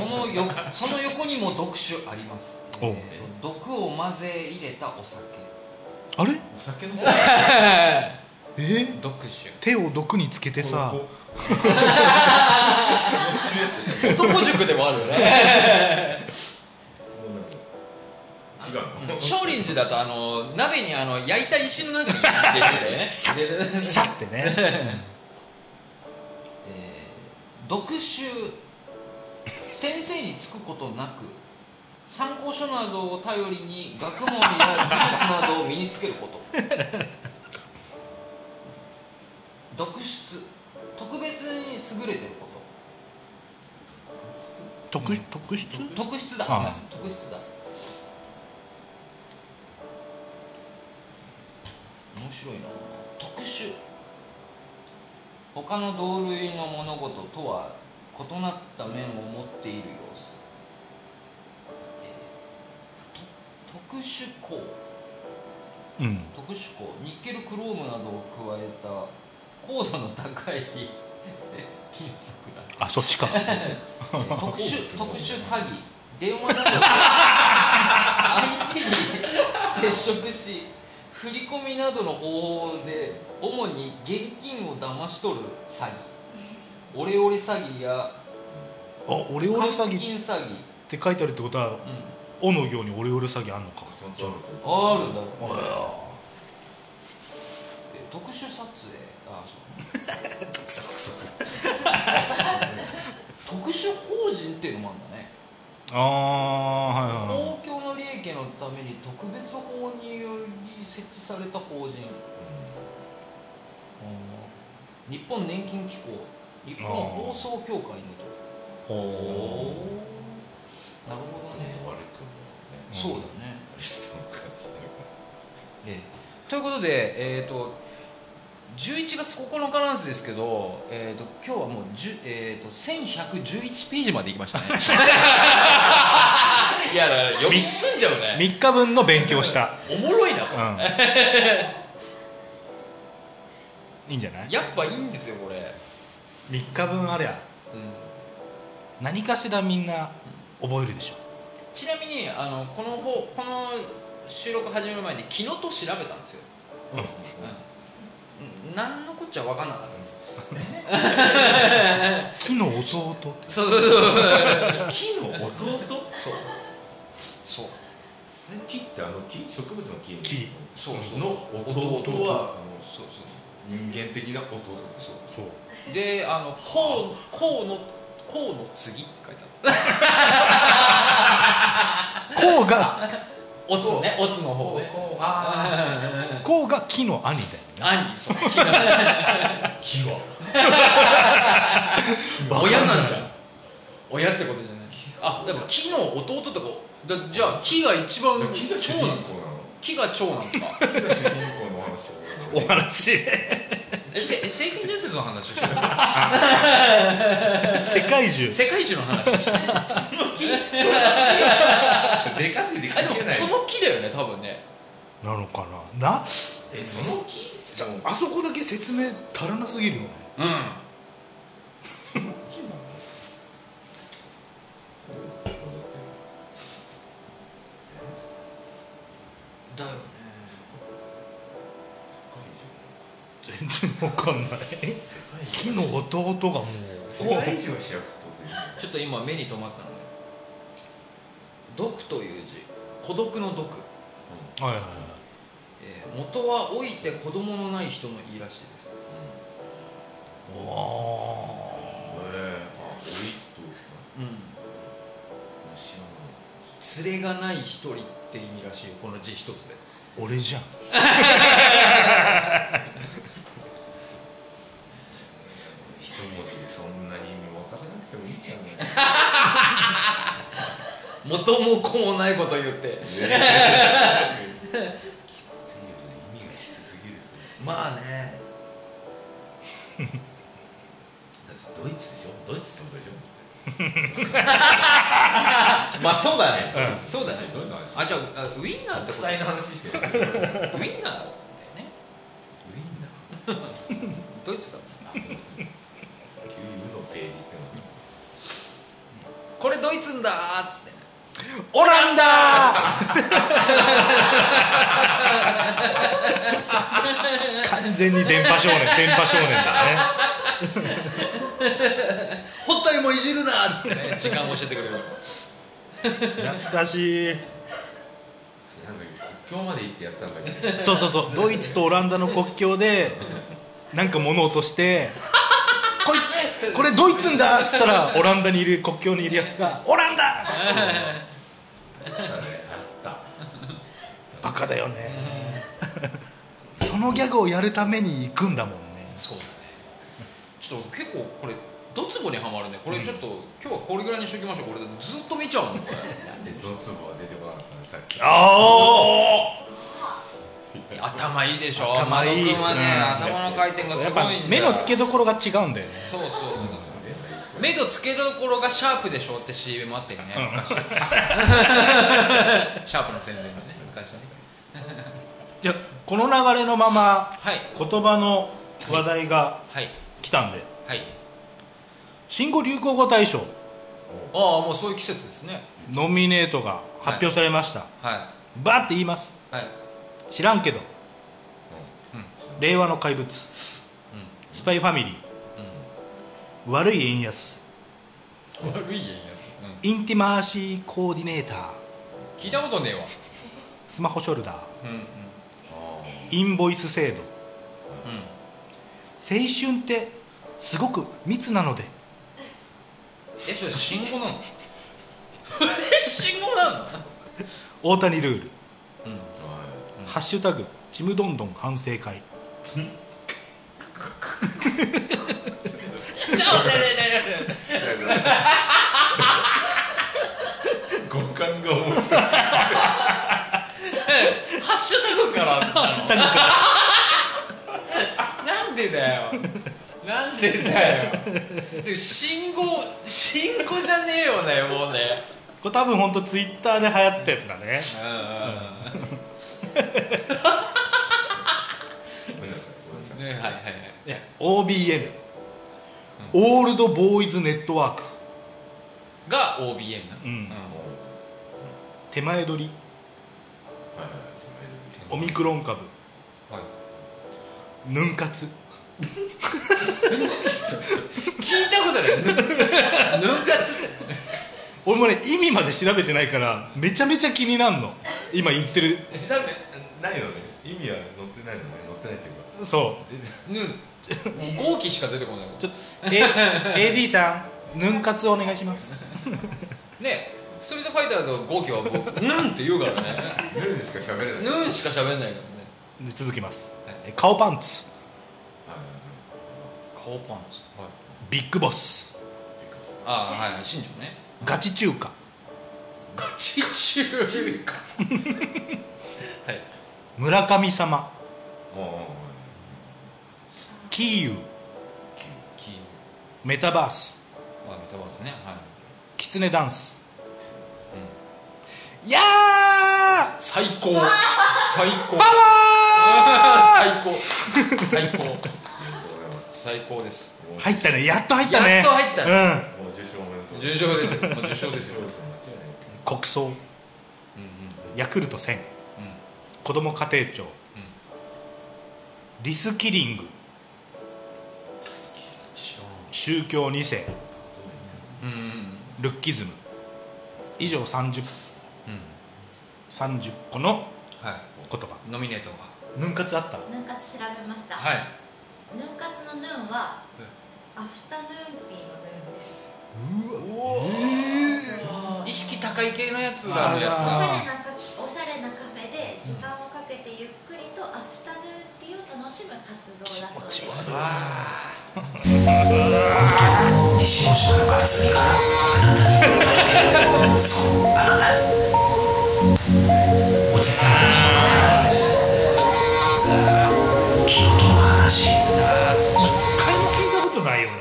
のよその横にも毒酒あります、おうえー毒を混ぜ入れたお酒 あれお酒のえー毒酒手を毒につけてさこ男塾でもあるよね違う の少林寺だとあの鍋にあの焼いた石の中に 入れてるんだよねさってねえー読集先生につくことなく参考書などを頼りに学問や技術などを身につける こと読出特別に優れてるこ 特殊特殊と特筆だああ特筆だ面白いな特殊他の同類の物事とは異なった面を持っている様子、えーと特殊項うん特殊鋼ニッケルクロームなどを加えた高度の高い 金属だあそっちか特殊特殊詐欺電話などで相手に接触し振り込みなどの方法で主に現金を騙し取る詐欺オレオレ詐欺やあオレオレ詐還付欺っ金詐欺、うん、て書いてあるってことは「お」の行にオレオレ詐欺あんのかそんちょろとあるんだろうねえ特殊撮影あそう 特殊法人っていうのもあるんだね、ああはいはいはい公共の利益のために特別法により設置された法人、うん日本年金機構日本放送協会におとおなるほどね、悪くもねそうだよね、あれそうかしらえということでえっ、と11月9日なんですけど、えー、と今日はもう、じゅえー、と1111ページまでいきましたね いやだから読み進んじゃうね3日分の勉強したおもろいなこ うれんいいんじゃないやっぱいいんですよこれ、 3日分ありゃうん何かしらみんな覚えるでしょちなみにあのこの方この収録始める前に昨日と調べたんですよ、うんうん、何のこっちゃ分かんなかったです木の弟ってそうそう そう木の弟そうそうえ木ってあの木植物の木木そうそうの弟はそうそうあの人間的な弟ですよそうそうであの「こう」こうの「こうの次」って書いてあるこうがおつねおつの方ねあ こうが木の兄だよあ兄そう木は親なんじゃん親ってことじゃないあでも木の弟とかだじゃあ木が一番木が主長人公男なの木が長男 か木が主人公の話お話えせえ聖剣伝説の話してる世界中 世界中の話してる その木でかすぎてあで関係もないその木だよね多分ねなのかななえその木じゃあそこだけ説明足らなすぎるよねうん木なのだよね全然わかんない木の弟がもう世界中は主役ってことでいいのかちょっと今目に留まったのね毒という字孤独の毒、はいはいえー元は老いて子供のない人のいいらしいですはいおええあおいとう知らないん連れがない一人って意味らしいよこの字一つでー俺じゃん一文字でそんなに意味持たせなくてもいいんじゃない元も子もないこと言ってきついよね意味がきつすぎるまあねだってドイツでしょドイツってまあそうだね、うんそうだねドイツの話あじゃああウィンナーってこ国と際の話してるウィンウナーィンナーだよねドイツだもんあそうですね急に「う」のページってのがこれドイツんだーっつってねオランダー完全に電波少年電波少年だねホッタイもいじるなーっつってね時間を教えてくれる懐かしいなんだっけ国境まで行ってやったんだけどそうそうそうドイツとオランダの国境でなんか物落としてこいつこれドイツんだっつったらオランダにいる国境にいるやつがオランダあったバカだよねそのギャグをやるために行くんだもんねそうだねちょっと結構これドツボにはまるねこれちょっと、今日はこれぐらいにしときましょうこれずっと見ちゃうのこれでドツボは出てこなかったねさっきあ頭いいでしょ頭いい窓君はね、うん頭の回転があやすごっいんぱだよ目の付けどころが違うんだよねそうそうそう、目の付けどころがシャープでしょって CM あったよね 昔シャープの宣伝がね昔のねいやこの流れのままはい言葉の話題がはい来たんではい新語・流行語大賞ああもうそういう季節ですねノミネートが発表されました、はバーって言いますいはい知らんけど、令和の怪物、スパイファミリー、悪い円安悪いやんやインティマーシーコーディネーターつ、聞いたことねえわスマホショルダーうんうんインボイス制う度ん青春ってすごく密なのでえそれ信号なの え信号なの 大谷ルール、はハッシュタグちむどんどん反省会ちょっとねい五感が面白いハッシュタグからなのタグかなんでだよなんでだよで信号信号じゃねえよねもうねこれ多分本当ツイッターで流行ったやつだね、うんごめんなさいごめんなさいうんねはいはいはいいや OBN、オールドボーイズネットワークが OBN なのうん手前取りはいはいオミクロン株はいヌン活聞いたことないぬぬんかつって俺もね意味まで調べてないからめちゃめちゃ気になるの今言ってる調べないのね意味は載ってないのね載ってないっていうかそ出てぬんもう号機しか出てこないもんうちょっとえ AD さんヌン活お願いしますねストリートファイターの号機は僕「ぬん」って言うからねヌーンしか喋れないぬんしか喋んないからねで続きますはいえ顔パンツ顔パンツはいビッグボスああはいはい新庄ねガチ中華ガチ中華はい村神様おうおうおうキーユキーメタバースあメタバースねはいキツネダンス、いやー最高 最高パワ 最高最高ありがとうございます最高ですー入ったねやっと入ったねやっと入ったうんもう受賞おめでとう重賞ですもう受賞ですよ受賞です間違いないです国葬、ヤクルト1000、子ども家庭庁、リスキリング宗教2世うんうんルッキズム以上30、30個のは言葉いノミネートがヌン活あったヌンカツ調べました、いヌンカツのヌンはアフタヌーンティーのヌン意です識高い系のやつらのやつだおしゃれなカおしゃれなカフェで時間をかけてゆっくりとアフタヌーンティーを楽しむ活動だそうですおじさんたちの方の気事の話一回も聞いたことないよね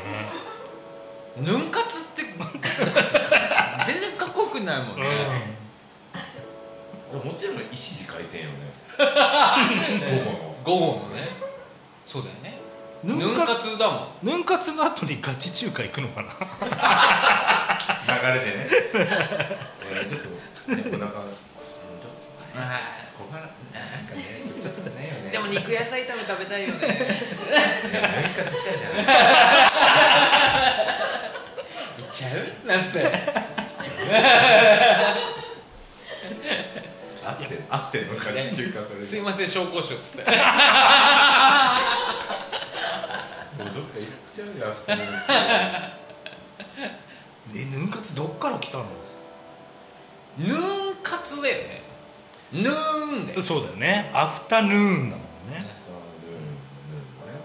ヌン活って全然かっこよくないもんねでももちろん一時回転よね午後のねそうだよねヌヌンン活活だもんヌン活の後にガチ中華行くのかな流れでねいやちょっとねお腹うんちょっと小腹なんかねちょっとねよねでも肉野菜炒め食べたいよねいや何かしたいじゃないいっちゃうなんつって合ってる合ってるのかね中華それすいでません紹興酒っつってもうどっか行ちゃうよアフタヌーンテ えヌン活どっから来たのヌーンカツだよねヌーンでそうだよねアフタヌーンだもんねィーそうヌーンヌーンもね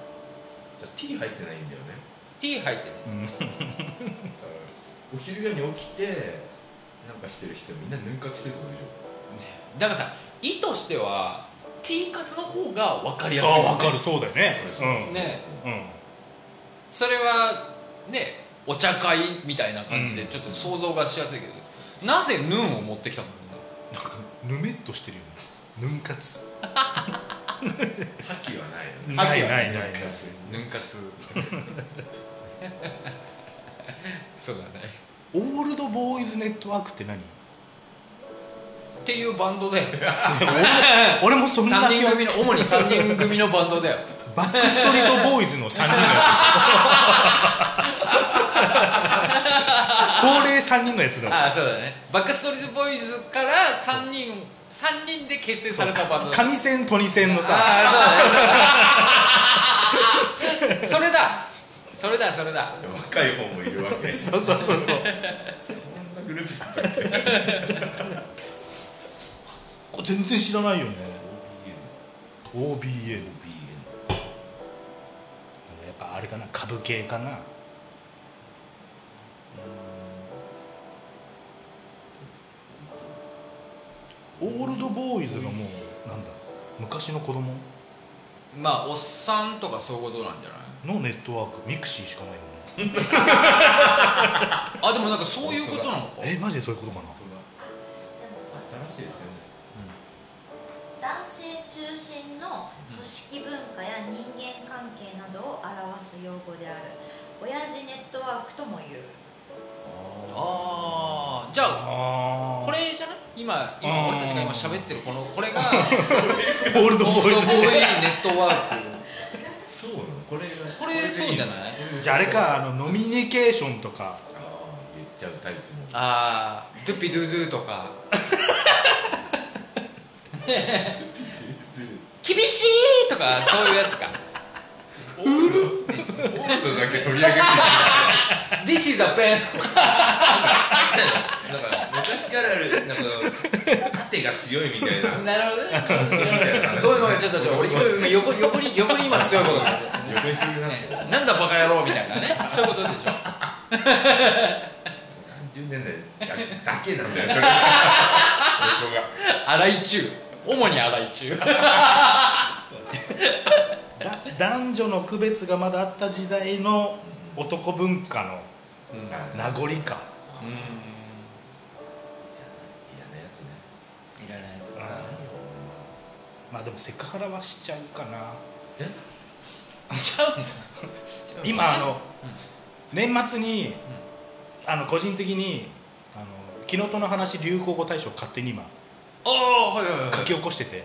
じゃあティー入ってないんだよね T 入ってねだからお昼ぐらいに起きてなんかしてる人みんなヌン活してるってことでしだからさ意としては T カツの方が分かりやすいよね、ああ分かるそうだよねそうですうんねうんそれはねお茶会みたいな感じでちょっと想像がしやすいけど、なぜヌーンを持ってきたのなんかぬめっとしてるよねヌン活ょ覇気はないよねないないないないヌンカツそうだねオールドボーイズネットワーク ってっ何ていうバンド だよ俺もそんな3気人は組の主に3人組のバンドだよ バックストリートボーイズの3人のや つ恒例3人のやつだわああそうだねバックストリートボーイズから3人三人で結成されたバンドだ上線と二線のさああそうだねそれだそれだそれだ若い方もいるわけそうそうそうそうこんなグループだったっけこれ全然知らないよね OBN やっぱあれかな株系かなオールドボーイズがもうなんだ昔の子供まあおっさんとかそういうことなんじゃないのネットワークミクシーしかないよねあでもなんかそういうことなのかえマジでそういうことかな新しいですよね男性中心の組織文化や人間関係などを表す用語である親父ネットワークとも言うああじゃああこれじゃない今あ今ー俺たちが今喋ってるこのこ れがオールドボボーイズーイネットワークそうなのこれがこれそうじゃないじゃああれかあのノミニケーションとかああ言っちゃうタイプのああドゥピドゥドゥとか厳しいとかそういうやつかオールオールドだけ取り上げてる This is a pen なんか昔からあるなんか縦が強いみたいな なるほど ね話ごめんごめんちょっとちょっと俺今横横に横に今強いことだ横にするなんてねなんだバカ野郎みたいなねそういうことでしょ10年代だだけ なんだよそれ横が荒井中主に荒井中だ男女の区別がまだあった時代の男文化の名残か嫌なやつねいらないやつまあでもセクハラはしちゃうかなちゃうの今あの、年末に、あの個人的に「あの昨日との話流行語大賞」勝手に今ああはいはいは書き起こしてて、い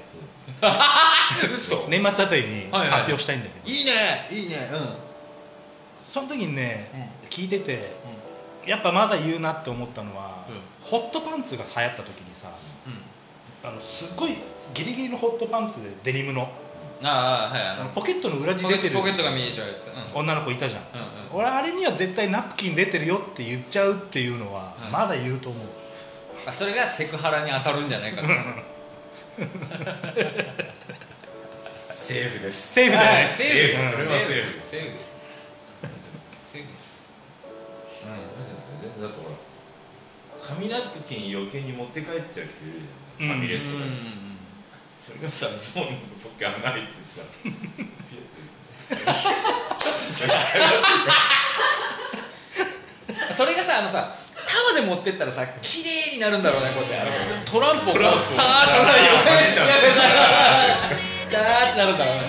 嘘年末あたりにはいはい発表したいんだけど、いいねいいねその時にね、聞いてて、やっぱまだ言うなって思ったのは、うんホットパンツが流行った時にさ、あのすっごいギリギリのホットパンツでデニムのうんああはいあのはポケットの裏い地ポ出ケてッるトポケットが見えちゃうやつうん女の子いたじゃん、うん俺あれには絶対ナプキン出てるよって言っちゃうっていうのは、うんまだ言うと思うあそれがセクハラに当たるん じゃないかとセーフですセーフだよねセーフそれはセーフセーフセーフ全然だってほら紙ナプキン余計に持って帰っちゃう人いるじゃんうんファミレうスんとうかんうにんそれがさズボンのポケ穴開いてさピュッそれがさあのさタワで持ってったらさ綺麗になるんだろうねこうやってトランプをこうさーっとさ横にしながらダーッてなるん だろうね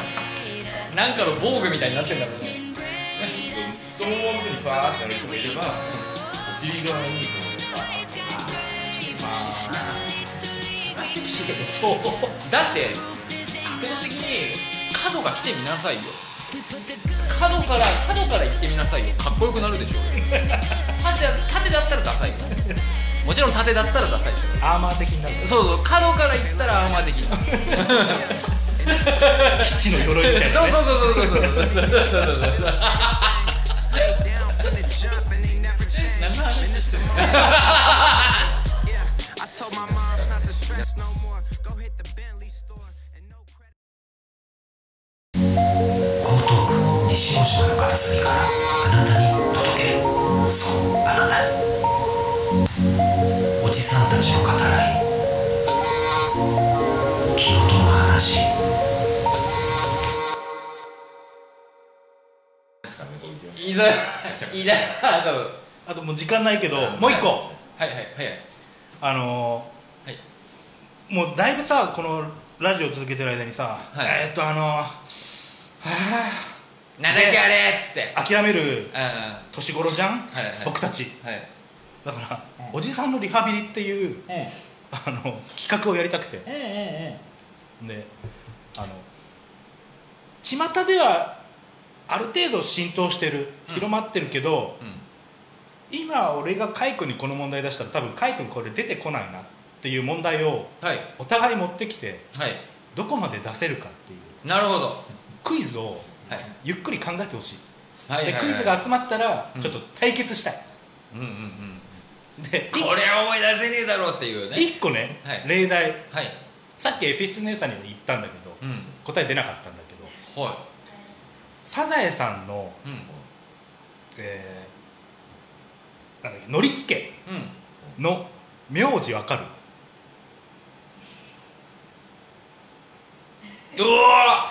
なんかの防具みたいになってんだろうねて太もものにバーってなる人もいればお尻側にこうバーッそうだって角度的に角が来てみなさいよ角から角から行ってみなさいよかっこよくなるでしょ 縦縦だったらダサいよもちろん縦だったらダサいよアーマー的になるそうそう角から行ったらアーマーできる騎士の鎧みたいな そうそうそうそうそうそうそうそうそうそう stressing. yeah, I told my moms not to stress no more. Go hit the Bentley store and no credit. 江東区西大島の片隅からあなたに届けるそうあなたにおじさんたちの語らい気のの話ですかねご意見いざいざそうあともう時間ないけどもうはいは一個いはいはいあのーはいもうだいぶさこのラジオ続けてる間にさ、えーっとあのーはなんだっけあれっつってあ諦めるうんは年頃じゃん、はいはい僕たちいだから、おじさんのリハビリっていううんうんあの企画をやりたくてうんうんであの巷ではある程度浸透してる広まってるけど、今俺が海君にこの問題出したら多分海君これ出てこないなっていう問題をはいお互い持ってきてはいどこまで出せるかっていうなるほどクイズをはいゆっくり考えてほしい,、はいはいはいでクイズが集まったらちょっと対決したい、うんうんうんでこれは思い出せねえだろうっていうね1個ね、はい例題はいさっきエフェス姉さんにも言ったんだけど、うん答え出なかったんだけどはサザエさんのいうんえー、なんだっけノリスケうんの名字わかるうわ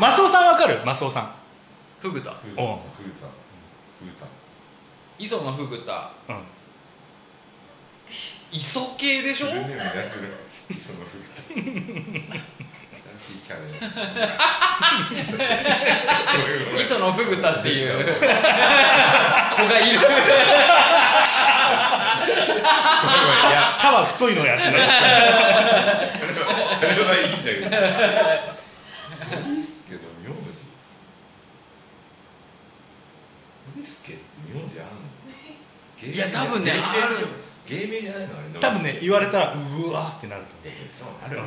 マスオさんわかるマスオさんフグタフーおうさんフーさん磯のフグタうん磯系でしフょーさんフルネームのやつそのフーさん新しいキャラ磯のフグタっていう子がいるいや歯は太いのやつねそれはそれはいいんだけどノリスケの名字ノリスケって名字あんの芸名いや多分ね芸名ある芸名じゃないのあれ多分ね言わわれたらうわーってなると思うそうなるよ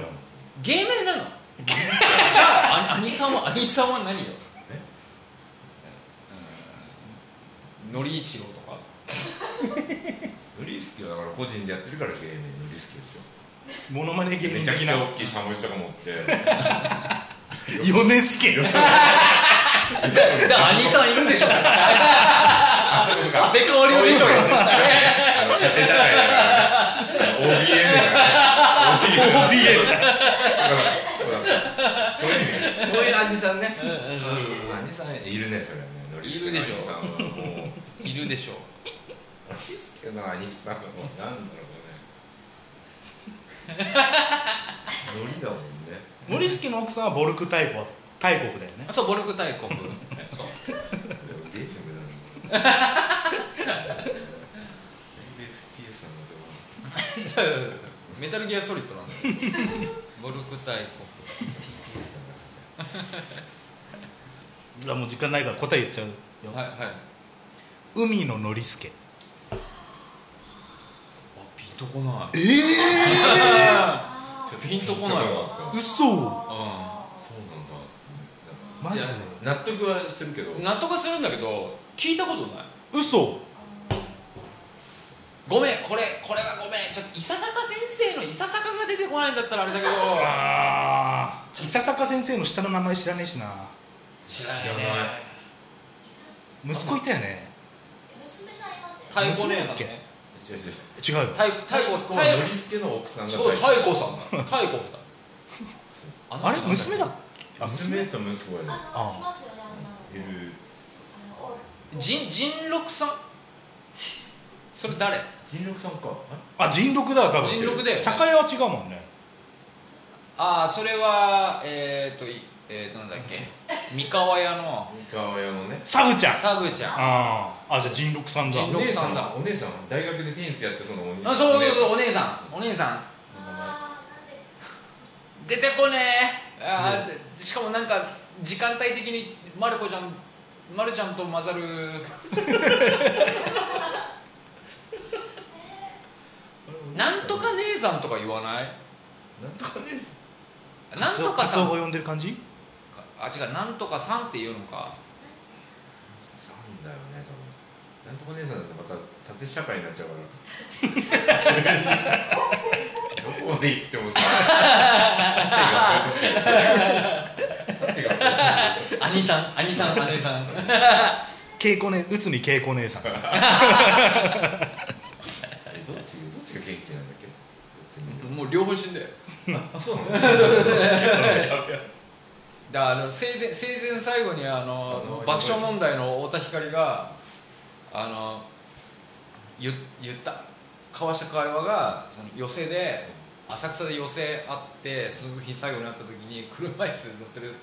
芸名なのじゃああ兄さんは兄さんは何よえのりいちろとかノリスケはだから個人でやってるから芸名ノリスケですよモノマネ芸め人ちゃく的ちなゃ大きいしゃもじとか持って米助だから兄さんいるでしょあそうか でかわりをでしょよあの、縦じゃないから、OBN だ OBN だそうだそういうねそういう兄さんね兄さんいるね、それはねノリスケのいるでしょ兄さんはもういるでしょノリスケの兄さんはもうなんだろうねノリだもんねノリスケの奥さんはボルク大国大国だよねそうボルク大国そうでもゲームなんだ全然 FPS なんだけメタルギアソリッドなんだよボルク大国ど FPS なんだからいやもう時間ないから答え言っちゃうよ、はいはいあ海のノリスケピンとこないえあーピンとこないわわー、嘘うそうなんだマジで納得はするけどん納得はするんだけど聞いたことない嘘ごめんこれこれはごめんちょっと伊佐坂先生の伊佐坂が出てこないんだったらあれだけどああ伊佐坂先生の下の名前知らねえしな知らない息子いたよね娘さんいますよ太鼓姉さん娘だね違う違う違うよ太太太鼓鼓は太ノ鼓リスケの奥さんがそう太鼓さんだ太鼓だの あれ人なんっけ娘だっけあ娘と息子がねあのいますよねあんなのいるあのおじん仁六さんそれ誰人六さんかあ人六だ多分人六だよね酒屋は違うもんねああそれはえっ、ー、といえー、なんだっけ三河屋の三河屋のねサブちゃんサブちゃんああーあじゃあ人六さんだ人お六姉さんだお姉さん大学でテニスやってそのお兄そうそうそうお姉さんお姉さんあーなんで出てこねえあーでしかもなんか時間帯的にまる子ちゃんまるちゃんと混ざるなんとか姉さんとか言わないなんとか姉さんなんとかカツさオんが呼んでる感じあ違うなんとかさんっていうのかさんだよね多分なんとか姉さんだとまた縦社会になっちゃうからどこまで行ってもさ縦が縦が兄さん 兄さん姉さん恵子ね内海恵子姉 さんえどっちどっちが元気なんだっけ別にもう両方死んだよあそうなのやべえだからあの生前生前最後にあのあの爆笑問題の太田光があの言言った交わした会話がその寄席で浅草で寄席あってその時に最後になった時に車椅子に乗ってる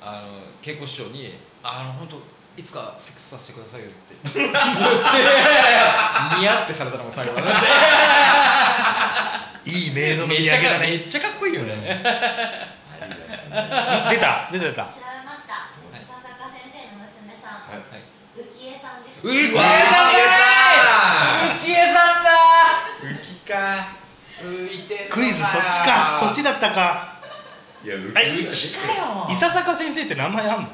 あの稽古師匠に「あの本当いつかセックスさせてくださいよ」って 言ってニヤってされたのが最後だねいいメイドの土めっ産ちゃだかねめっちゃかっこいいよねありがとうね出た出た出た調べました笹坂先生の娘さん、はい浮江さんです浮江さんわだー浮江さんだ浮きかー浮いてるクイズそっちかそっちだったかいや浮きはい浮き伊佐坂先生って名前あんの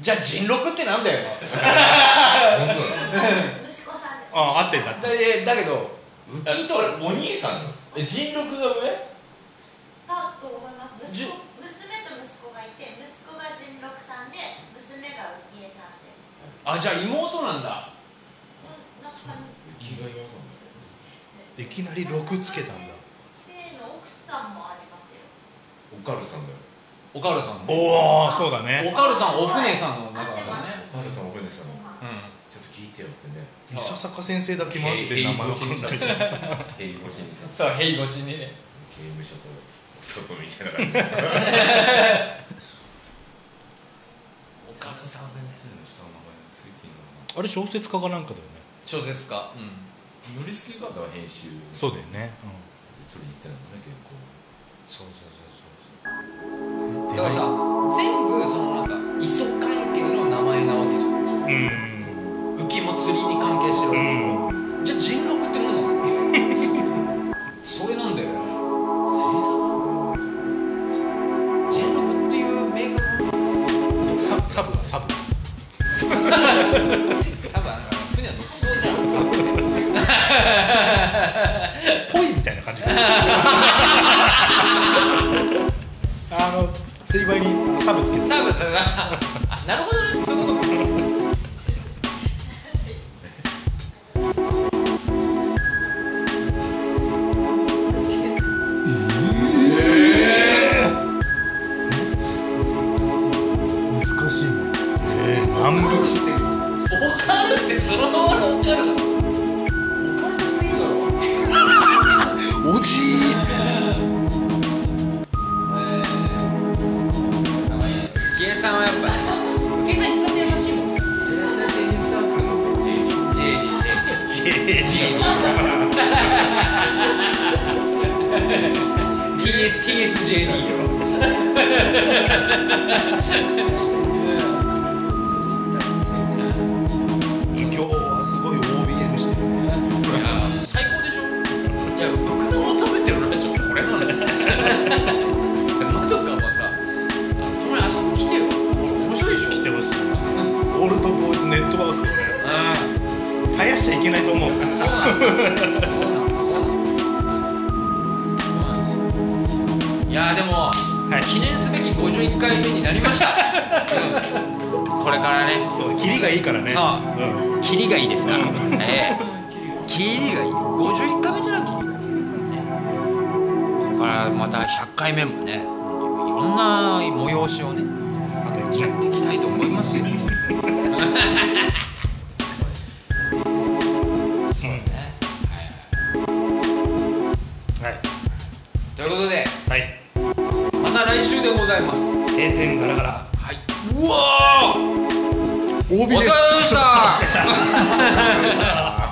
じゃあ人六ってなんだよ本当だ 息子さんですああ合ってんだだえだけど浮きとお兄さんなのえ人六が上だと思いますじ息子娘と息子がいて息子が仁六さんで娘が浮江さんであじゃあ妹なんだそんな感じですねいきなり六つけたんだ先生の奥さんもありますよおかるさんだよおかるさんおおそうだおねかるさんお船さんの中だからねおかるさんお船さんまあうちょっと聞いてよってね伊佐坂先生だけマジで名前わかんない英語人さんんそうへい越しにね刑務所と外みたいな感じでおかるさん先生の下の名前ついていいのあれ小説家かなんかだよね小説家うんかなノリスケガードは編集そうだよね、取りに行ったのね結構そうそうそううん、だからさ全部そのなんか磯関係の名前なわけじゃんうん浮きも釣りに関係してるわけでしょ、じゃあ人六って 何なのそれなんだよね人六っていうメーカーササブはサブ多分なんか船は乗ってそうじゃんさぽいみたいな感じあの釣り針にサブつけて多 分あなるほどねそういうこと難しいのえー、万物オカルってそのままのオカルだろオカルトすぎるだろおじい浮江さんはやっぱ浮江さんいつだって優しいもん絶対テニスサークルの JDJD ジェリー TSJD よ今日はすごい OBN してるねいや最高でしょいや僕が求めてるラジオこれなんだよでまどかはさあたまに遊び来てよこれ面白いでしょ来てほしいオールドボーイズネットワークをねう絶やしちゃいけないと思うんそうなんだそうなんだそうなんだそうなんだいやでも、い記念すべき51回目になりま した、うんこれからねそうキリがいいからねそううんキリがいいですから。ええキリがいい。51回目じゃなくてキリがいい。ここからまた100回目もね、いろんな催しをね、やっていきたいと思いますよ。そうね。はいということで、はいまた来週でございます。閉店ガラガラはい。うわー。お疲れ様でした。お疲れ様でした